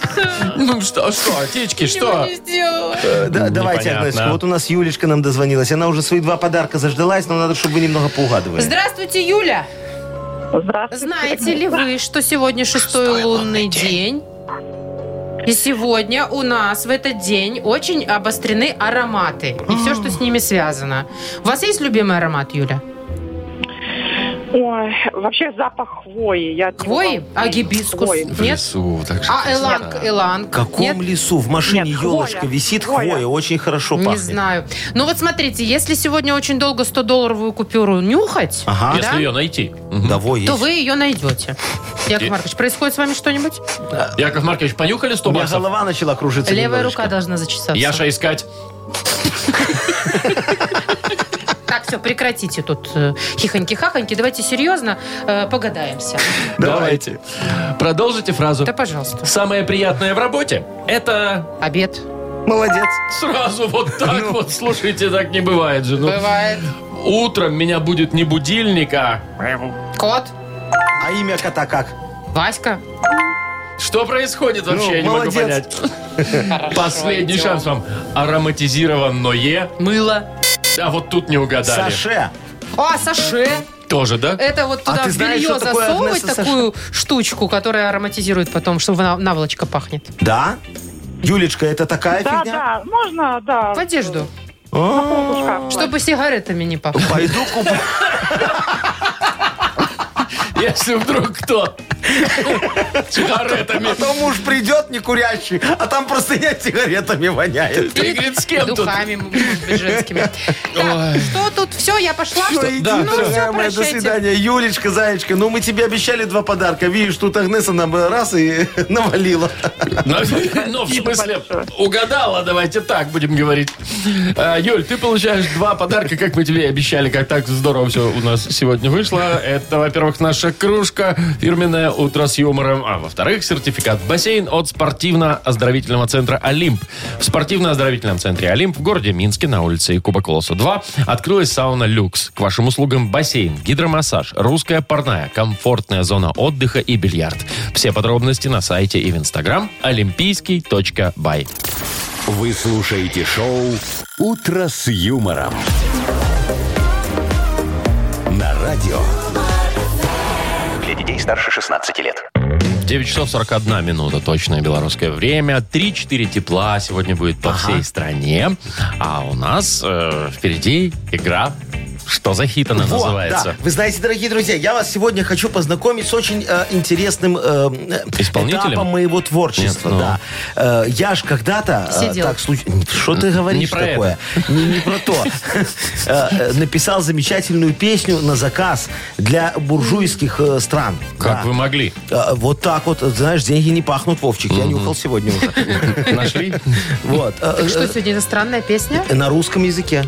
[SPEAKER 1] Ну что, что, течки,
[SPEAKER 3] Ничего
[SPEAKER 1] что?
[SPEAKER 3] не сделала.
[SPEAKER 2] Э, да, давайте,
[SPEAKER 1] Непонятно.
[SPEAKER 2] Агнесочка, вот у нас Юлечка нам дозвонилась. Она уже свои два подарка заждалась, но надо, чтобы вы немного поугадывали.
[SPEAKER 3] Здравствуйте, Юля.
[SPEAKER 8] Здравствуйте.
[SPEAKER 3] Знаете ли вы, что сегодня шестой лунный день? И сегодня у нас в этот день очень обострены ароматы и все, что с ними связано. У вас есть любимый аромат, Юля?
[SPEAKER 8] Ой, вообще запах хвои. Я от него
[SPEAKER 3] Хвои?
[SPEAKER 8] балдею.
[SPEAKER 3] А гибискус?
[SPEAKER 8] Хвои.
[SPEAKER 1] В
[SPEAKER 3] Нет?
[SPEAKER 1] лесу, так же
[SPEAKER 3] А
[SPEAKER 1] красота.
[SPEAKER 3] эланг, эланг?
[SPEAKER 2] В каком
[SPEAKER 3] Нет?
[SPEAKER 2] лесу? В машине
[SPEAKER 8] Нет,
[SPEAKER 2] елочка
[SPEAKER 8] хвоя.
[SPEAKER 2] висит хвоя.
[SPEAKER 8] Хвоя.
[SPEAKER 2] очень хорошо
[SPEAKER 3] Не
[SPEAKER 2] пахнет.
[SPEAKER 3] знаю. Ну вот смотрите, если сегодня очень долго 100-долларовую купюру нюхать,
[SPEAKER 2] Ага.
[SPEAKER 3] да,
[SPEAKER 1] Если ее найти. Мгм.
[SPEAKER 2] Того А, есть.
[SPEAKER 3] то вы ее найдете. Яков
[SPEAKER 1] Е-
[SPEAKER 3] Маркович, происходит с вами что-нибудь?
[SPEAKER 1] Яков Маркович, понюхали 100
[SPEAKER 2] У меня
[SPEAKER 1] баксов?
[SPEAKER 2] голова начала кружиться
[SPEAKER 3] Левая
[SPEAKER 2] немножечко.
[SPEAKER 3] рука должна зачесаться.
[SPEAKER 1] Яша искать.
[SPEAKER 3] Так, все, прекратите тут э, хихоньки-хахоньки. Давайте серьезно э, погадаемся.
[SPEAKER 1] Давайте. Продолжите фразу.
[SPEAKER 3] Да, пожалуйста.
[SPEAKER 1] Самое приятное в работе – это
[SPEAKER 3] Обед.
[SPEAKER 2] Молодец.
[SPEAKER 1] сразу вот так
[SPEAKER 2] Ну.
[SPEAKER 1] вот, слушайте, так не бывает же. Ну,
[SPEAKER 3] Бывает.
[SPEAKER 1] утром меня будет не будильник, а...
[SPEAKER 3] Кот.
[SPEAKER 2] А имя кота как?
[SPEAKER 3] Васька.
[SPEAKER 1] Что происходит вообще,
[SPEAKER 2] Ну,
[SPEAKER 1] я не
[SPEAKER 2] молодец.
[SPEAKER 1] могу понять. Последний шанс вам. Ароматизированное.
[SPEAKER 3] Мыло.
[SPEAKER 1] А вот тут не угадали.
[SPEAKER 2] Саше.
[SPEAKER 3] А, саше.
[SPEAKER 1] Тоже, да?
[SPEAKER 3] Это вот туда
[SPEAKER 2] А ты
[SPEAKER 3] в
[SPEAKER 2] знаешь,
[SPEAKER 3] белье
[SPEAKER 2] что такое
[SPEAKER 3] засовывать
[SPEAKER 2] Агнеса Саше?
[SPEAKER 3] такую штучку, которая ароматизирует потом, чтобы на- наволочка пахнет.
[SPEAKER 2] Да? Юлечка, это такая
[SPEAKER 8] Да,
[SPEAKER 2] фигня?
[SPEAKER 8] да, можно, да.
[SPEAKER 3] В одежду.
[SPEAKER 2] А,
[SPEAKER 8] Пушка.
[SPEAKER 3] Чтобы сигаретами не пахло.
[SPEAKER 2] Пойду куплю. Э,
[SPEAKER 1] Если вдруг кто сигаретами.
[SPEAKER 2] А то муж придет не курящий, а там простыня сигаретами воняет.
[SPEAKER 1] Ты, говорит, с кем тут?
[SPEAKER 3] Духами, может быть, женскими. Так, что тут? Все, я пошла.
[SPEAKER 2] Все, иди,
[SPEAKER 3] да, ну,
[SPEAKER 2] дорогая
[SPEAKER 3] все,
[SPEAKER 2] моя, до
[SPEAKER 3] прощайте.
[SPEAKER 2] свидания. Юлечка, зайчка, ну мы тебе обещали два подарка. Видишь, тут Агнеса нам э, раз и навалила.
[SPEAKER 1] Ну, Ну, в смысле, угадала, давайте так будем говорить. А, Юль, ты получаешь два подарка, как мы тебе и обещали, как так здорово все у нас сегодня вышло. Это, во-первых, наша кружка фирменная «Утро с юмором», а во-вторых, сертификат в бассейн от спортивно-оздоровительного центра «Олимп». В спортивно-оздоровительном центре «Олимп» в городе Минске на улице Куба Колоса 2 открылась сауна «Люкс». К вашим услугам бассейн, гидромассаж, русская парная, комфортная зона отдыха и бильярд. Все подробности на сайте и в инстаграм олимпийский.бай.
[SPEAKER 4] Вы слушаете шоу «Утро с юмором». На радио.
[SPEAKER 5] Для детей старше 16 лет.
[SPEAKER 1] 9 часов 41 минута, точное белорусское время. 3-4 тепла сегодня будет по всей стране. А у нас э, впереди игра «Что за хит она
[SPEAKER 2] Вот,
[SPEAKER 1] называется?»
[SPEAKER 2] да. Вы знаете, дорогие друзья, я вас сегодня хочу познакомить с очень э, интересным э, э,
[SPEAKER 1] Исполнителем?
[SPEAKER 2] этапом моего творчества.
[SPEAKER 1] Нет, ну.
[SPEAKER 2] да. Э, я ж когда-то э,
[SPEAKER 3] Сидел.
[SPEAKER 2] так случ- Что ты говоришь
[SPEAKER 1] не про
[SPEAKER 2] такое? Не, не про то. Э, э, Написал замечательную песню на заказ для буржуйских э, стран.
[SPEAKER 1] Как
[SPEAKER 2] Да.
[SPEAKER 1] вы могли?
[SPEAKER 2] Э, Вот так вот, э, знаешь, деньги не пахнут, Вовчик. Я нюхал сегодня уже.
[SPEAKER 1] Нашли?
[SPEAKER 2] Вот. э, э,
[SPEAKER 3] Что сегодня за странная песня?
[SPEAKER 2] э, На русском языке.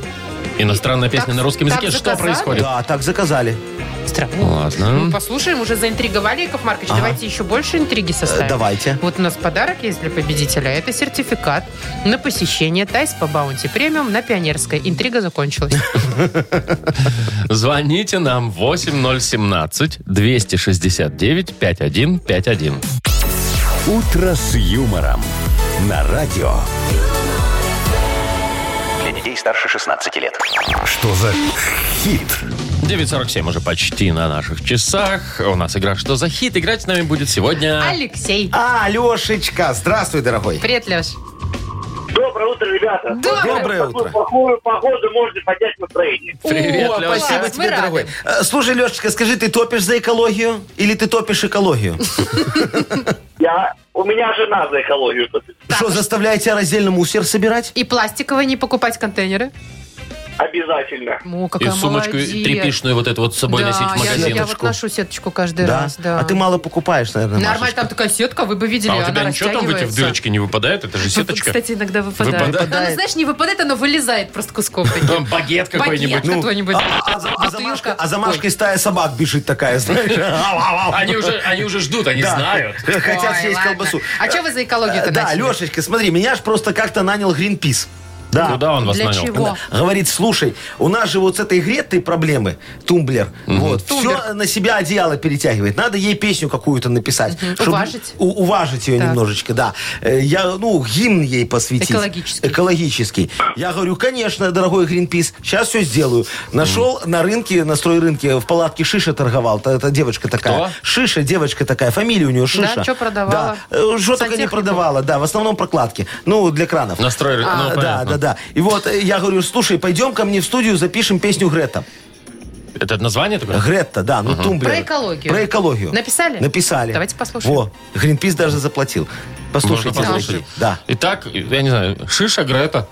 [SPEAKER 1] Иностранная песня
[SPEAKER 3] Так-
[SPEAKER 1] на русском
[SPEAKER 3] так
[SPEAKER 1] языке. Что
[SPEAKER 3] заказали?
[SPEAKER 1] происходит?
[SPEAKER 2] Да, так заказали. Э,
[SPEAKER 3] Странно. Ну,
[SPEAKER 1] Ладно.
[SPEAKER 3] Послушаем, уже заинтриговали, Яков Маркович. Давайте еще больше интриги составим.
[SPEAKER 2] Э, давайте.
[SPEAKER 3] Вот у нас подарок есть для победителя. Это сертификат на посещение Тайс по Баунти Премиум на Пионерской. Интрига закончилась.
[SPEAKER 1] Звоните нам 8017-269-5151.
[SPEAKER 4] «Утро с юмором». На радио.
[SPEAKER 5] Для детей старше 16 лет.
[SPEAKER 4] Что за хит?
[SPEAKER 1] 9.47 уже почти на наших часах. У нас игра «Что за хит?» Играть с нами будет сегодня...
[SPEAKER 3] Алексей.
[SPEAKER 2] А, Лешечка, здравствуй, дорогой.
[SPEAKER 3] Привет, Леш.
[SPEAKER 7] Доброе утро, ребята.
[SPEAKER 3] Доброе.
[SPEAKER 2] Доброе
[SPEAKER 7] Такую
[SPEAKER 2] утро.
[SPEAKER 7] плохую погоду можно поднять настроение.
[SPEAKER 1] Привет,
[SPEAKER 3] О,
[SPEAKER 1] Лёш.
[SPEAKER 3] спасибо.
[SPEAKER 2] Спасибо
[SPEAKER 3] Класс, мы
[SPEAKER 2] тебе,
[SPEAKER 3] рады.
[SPEAKER 2] дорогой. Э, Слушай, Лешечка, скажи, ты топишь за экологию или ты топишь экологию?
[SPEAKER 7] Я, у меня жена за экологию.
[SPEAKER 2] Что, заставляет тебя раздельно мусор собирать?
[SPEAKER 3] И пластиковые не покупать контейнеры.
[SPEAKER 7] Обязательно.
[SPEAKER 3] О,
[SPEAKER 1] И
[SPEAKER 3] какая
[SPEAKER 1] сумочку
[SPEAKER 3] молодец.
[SPEAKER 1] тряпичную вот эту вот с собой
[SPEAKER 3] да,
[SPEAKER 1] носить в
[SPEAKER 3] я-
[SPEAKER 1] магазин.
[SPEAKER 3] Я, вот ношу сеточку каждый раз, да.
[SPEAKER 2] А ты мало покупаешь, наверное,
[SPEAKER 3] Нормально,
[SPEAKER 2] Машечка.
[SPEAKER 3] там такая сетка, вы бы видели,
[SPEAKER 1] а у
[SPEAKER 3] она
[SPEAKER 1] тебя ничего там в эти в
[SPEAKER 3] растягивается. Ну,
[SPEAKER 1] дырочки не выпадает? Это же сеточка.
[SPEAKER 3] Кстати, иногда выпадает.
[SPEAKER 1] Выпадает?
[SPEAKER 3] Она, знаешь, не выпадает, она вылезает просто куском. таким.
[SPEAKER 1] Там багет какой-нибудь.
[SPEAKER 3] Багет
[SPEAKER 1] Ну,
[SPEAKER 3] какой-нибудь.
[SPEAKER 2] А, а за, а за
[SPEAKER 3] Бутылка.
[SPEAKER 2] Машкой-
[SPEAKER 3] А,
[SPEAKER 2] а за Машкой стая собак бежит такая, знаешь. Ау, ау, ау.
[SPEAKER 1] Они уже, они уже ждут, они
[SPEAKER 2] Да.
[SPEAKER 1] знают.
[SPEAKER 2] Хотят
[SPEAKER 3] Ой,
[SPEAKER 2] съесть
[SPEAKER 3] ладно.
[SPEAKER 2] колбасу. Э,
[SPEAKER 3] А что вы за экологию-то
[SPEAKER 2] Да,
[SPEAKER 3] начали?
[SPEAKER 2] Лешечка, смотри, меня ж просто как-то нанял Гринпис. Да.
[SPEAKER 1] Куда он вас
[SPEAKER 3] Для
[SPEAKER 1] нанял?
[SPEAKER 3] чего?
[SPEAKER 2] Да. Говорит, слушай, у нас же вот с этой Гретой проблемы, тумблер, вот, все на себя одеяло перетягивает. Надо ей песню какую-то написать. чтобы
[SPEAKER 3] Уважить?
[SPEAKER 2] у- уважить ее
[SPEAKER 3] Так.
[SPEAKER 2] немножечко, да. Э, Я, ну, гимн ей посвятить.
[SPEAKER 3] Экологический.
[SPEAKER 2] Экологический. Я говорю, конечно, дорогой Гринпис, сейчас все сделаю. Нашел на рынке, на стройрынке, в палатке Шиша торговал. Та- Это девочка такая.
[SPEAKER 1] Кто?
[SPEAKER 2] Шиша, девочка такая, фамилия у нее Шиша.
[SPEAKER 3] чё продавала?
[SPEAKER 2] Что только не
[SPEAKER 3] Сантехнику?
[SPEAKER 2] продавала, да, в основном прокладки. Ну, для кранов.
[SPEAKER 1] Настроили.
[SPEAKER 3] А,
[SPEAKER 1] ну,
[SPEAKER 2] А, Да, да,
[SPEAKER 1] понятно.
[SPEAKER 2] да. И вот э, я говорю, слушай, пойдем ко мне в студию, запишем песню Грета.
[SPEAKER 1] Это название такое?
[SPEAKER 2] Гретта, да, ну тумблер.
[SPEAKER 3] Про экологию.
[SPEAKER 2] Про экологию.
[SPEAKER 3] Написали?
[SPEAKER 2] Написали.
[SPEAKER 3] Давайте послушаем.
[SPEAKER 2] Во, Гринпис даже заплатил. Послушайте.
[SPEAKER 1] Можно послушать?
[SPEAKER 2] Да.
[SPEAKER 1] Итак, я не знаю, Шиша, Грета.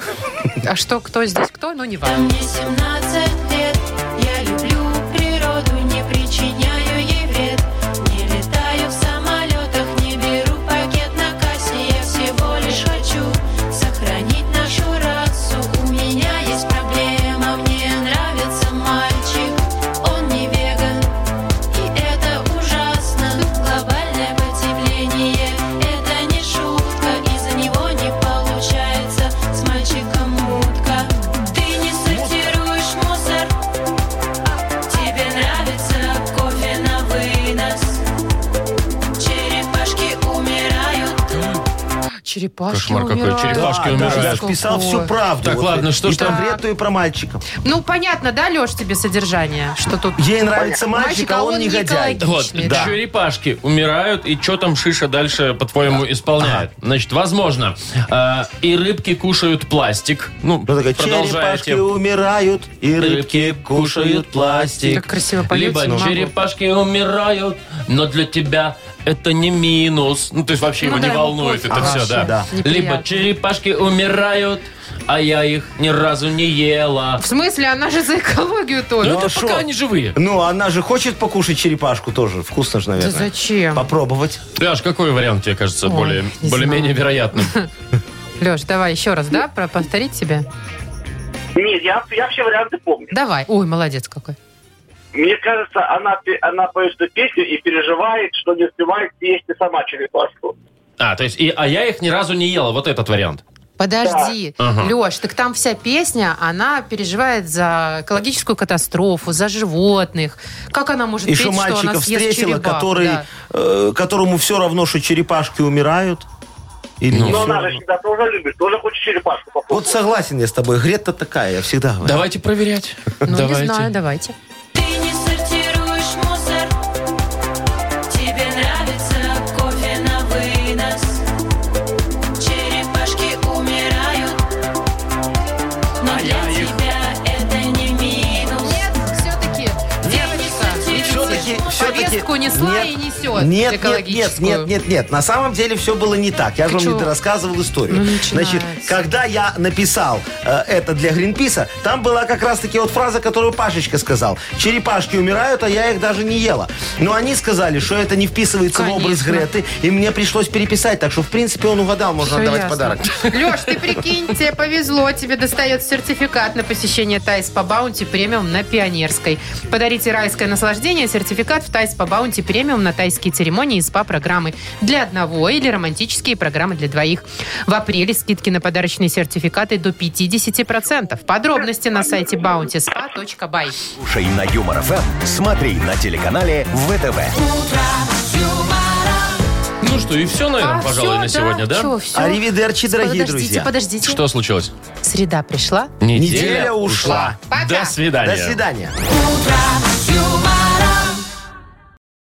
[SPEAKER 3] А что, кто здесь кто? Ну, не важно.
[SPEAKER 9] Мне 17 лет, я люблю природу, не причиняю ей вред. Не летаю в самолетах, не беру пакет на кассе, я всего лишь хочу сохранить нашу расу. У меня есть проблема, мне нравится мальчик, он не веган, и это ужасно. Глобальное потепление, это не шутка, из-за него не получается с мальчиком утка. Ты не сортируешь мусор, тебе нравится кофе на вынос. Черепашки умирают.
[SPEAKER 3] Черепашки
[SPEAKER 1] Кошмар какой,
[SPEAKER 3] умирают.
[SPEAKER 1] черепашки
[SPEAKER 2] Да,
[SPEAKER 1] умирают.
[SPEAKER 2] да, я ж писал всю правду.
[SPEAKER 1] Так, ладно,
[SPEAKER 2] э,
[SPEAKER 1] что
[SPEAKER 2] и
[SPEAKER 1] ж там?
[SPEAKER 2] про Грету, и про мальчика.
[SPEAKER 3] Ну, понятно, да, Леш, тебе содержание? Что тут...
[SPEAKER 2] Ей нравится мальчик, а он негодяй.
[SPEAKER 3] экологичный.
[SPEAKER 1] Вот,
[SPEAKER 3] да.
[SPEAKER 1] черепашки умирают, и что там Шиша дальше, по-твоему, исполняет? Значит, возможно, э, и рыбки кушают пластик. Ну,
[SPEAKER 2] Ну, такая,
[SPEAKER 1] продолжая
[SPEAKER 2] черепашки
[SPEAKER 1] тему.
[SPEAKER 2] умирают, и рыбки кушают пластик.
[SPEAKER 3] Как красиво поете,
[SPEAKER 1] Либо
[SPEAKER 3] не могу.
[SPEAKER 1] черепашки умирают, но для тебя это не минус. Ну, то есть вообще
[SPEAKER 3] Ну
[SPEAKER 1] его
[SPEAKER 3] да,
[SPEAKER 1] не
[SPEAKER 3] ему
[SPEAKER 1] волнует
[SPEAKER 3] пофиг.
[SPEAKER 1] это
[SPEAKER 2] Ага,
[SPEAKER 1] все, да.
[SPEAKER 2] да.
[SPEAKER 3] Неприятно.
[SPEAKER 1] Либо черепашки умирают, а я их ни разу не ела.
[SPEAKER 3] В смысле? Она же за экологию тоже.
[SPEAKER 1] Ну, это
[SPEAKER 2] шо?
[SPEAKER 1] пока они живые.
[SPEAKER 2] Ну, она же хочет покушать черепашку тоже. Вкусно же,
[SPEAKER 3] Да
[SPEAKER 2] наверное.
[SPEAKER 3] зачем?
[SPEAKER 2] Попробовать.
[SPEAKER 1] Даш, какой вариант тебе кажется более,
[SPEAKER 3] не
[SPEAKER 1] более-менее вероятным?
[SPEAKER 3] Леш, давай еще раз, да, про- повторить тебе?
[SPEAKER 7] Нет, я, я все варианты помню.
[SPEAKER 3] Давай. Ой, молодец какой.
[SPEAKER 7] Мне кажется, она, пе- она поет эту песню и переживает, что не успевает съесть и сама черепашку.
[SPEAKER 1] А, то есть, и, а я их ни разу не ела, вот этот вариант.
[SPEAKER 3] Подожди,
[SPEAKER 1] Да. Ага.
[SPEAKER 3] Леш, так там вся песня, она переживает за экологическую катастрофу, за животных. Как она может
[SPEAKER 2] И
[SPEAKER 3] петь,
[SPEAKER 2] что
[SPEAKER 3] что она
[SPEAKER 2] мальчика
[SPEAKER 3] съест
[SPEAKER 2] встретила,
[SPEAKER 3] черепах?
[SPEAKER 2] который,
[SPEAKER 3] Да.
[SPEAKER 2] э, которому все равно, что черепашки умирают. Или не
[SPEAKER 7] Но
[SPEAKER 2] всё
[SPEAKER 7] она же
[SPEAKER 2] равно?
[SPEAKER 7] всегда тоже любит, тоже хочет черепашку
[SPEAKER 2] ну, Вот
[SPEAKER 7] попробовать.
[SPEAKER 2] согласен я с тобой, Грета такая, я всегда говорю.
[SPEAKER 1] Давайте проверять.
[SPEAKER 3] Ну, не знаю, давайте.
[SPEAKER 9] Ты не сортируешь мусор, тебе нравится кофе на вынос. Черепашки умирают, но для тебя это не минус.
[SPEAKER 3] Нет, все-таки девочка, видите,
[SPEAKER 2] Всё-таки- всё-таки-
[SPEAKER 3] повестку несла
[SPEAKER 2] нет.
[SPEAKER 3] и несет
[SPEAKER 2] Нет, нет, нет,
[SPEAKER 3] экологическую.
[SPEAKER 2] нет, нет, нет. На самом деле все было не так. Я же вам
[SPEAKER 3] Чё?
[SPEAKER 2] не рассказывал историю.
[SPEAKER 3] Ну, начинается.
[SPEAKER 2] Значит, когда я написал э, это для Гринписа, там была как раз-таки вот фраза, которую Пашечка сказал. Черепашки умирают, а я их даже не ела. Но они сказали, что это не вписывается в образ
[SPEAKER 3] Конечно.
[SPEAKER 2] Греты, и мне пришлось переписать. Так что, в принципе, он угадал, можно отдавать подарок.
[SPEAKER 3] Леш, ты прикинь, тебе повезло, тебе достает сертификат на посещение Тайс по Баунти Премиум на Пионерской. Подарите райское наслаждение, сертификат в Тайс по Баунти Премиум на тайские церемонии и СПА-программы для одного или романтические программы для двоих. В апреле скидки на подарочные сертификаты до 50%. Подробности на сайте
[SPEAKER 1] Э,
[SPEAKER 3] bountyspa.by.
[SPEAKER 4] Слушай на Юмор ФМ, смотри на телеканале ВТВ.
[SPEAKER 1] Ну что, и все, наверное, пожалуй, на сегодня, да?
[SPEAKER 3] А, Чё, всё?
[SPEAKER 2] Аривидерчи, дорогие
[SPEAKER 3] подождите,
[SPEAKER 2] друзья.
[SPEAKER 3] подождите.
[SPEAKER 1] Что случилось?
[SPEAKER 3] Среда пришла.
[SPEAKER 2] Неделя ушла.
[SPEAKER 3] Пока.
[SPEAKER 1] До свидания.
[SPEAKER 2] До свидания.
[SPEAKER 9] Утро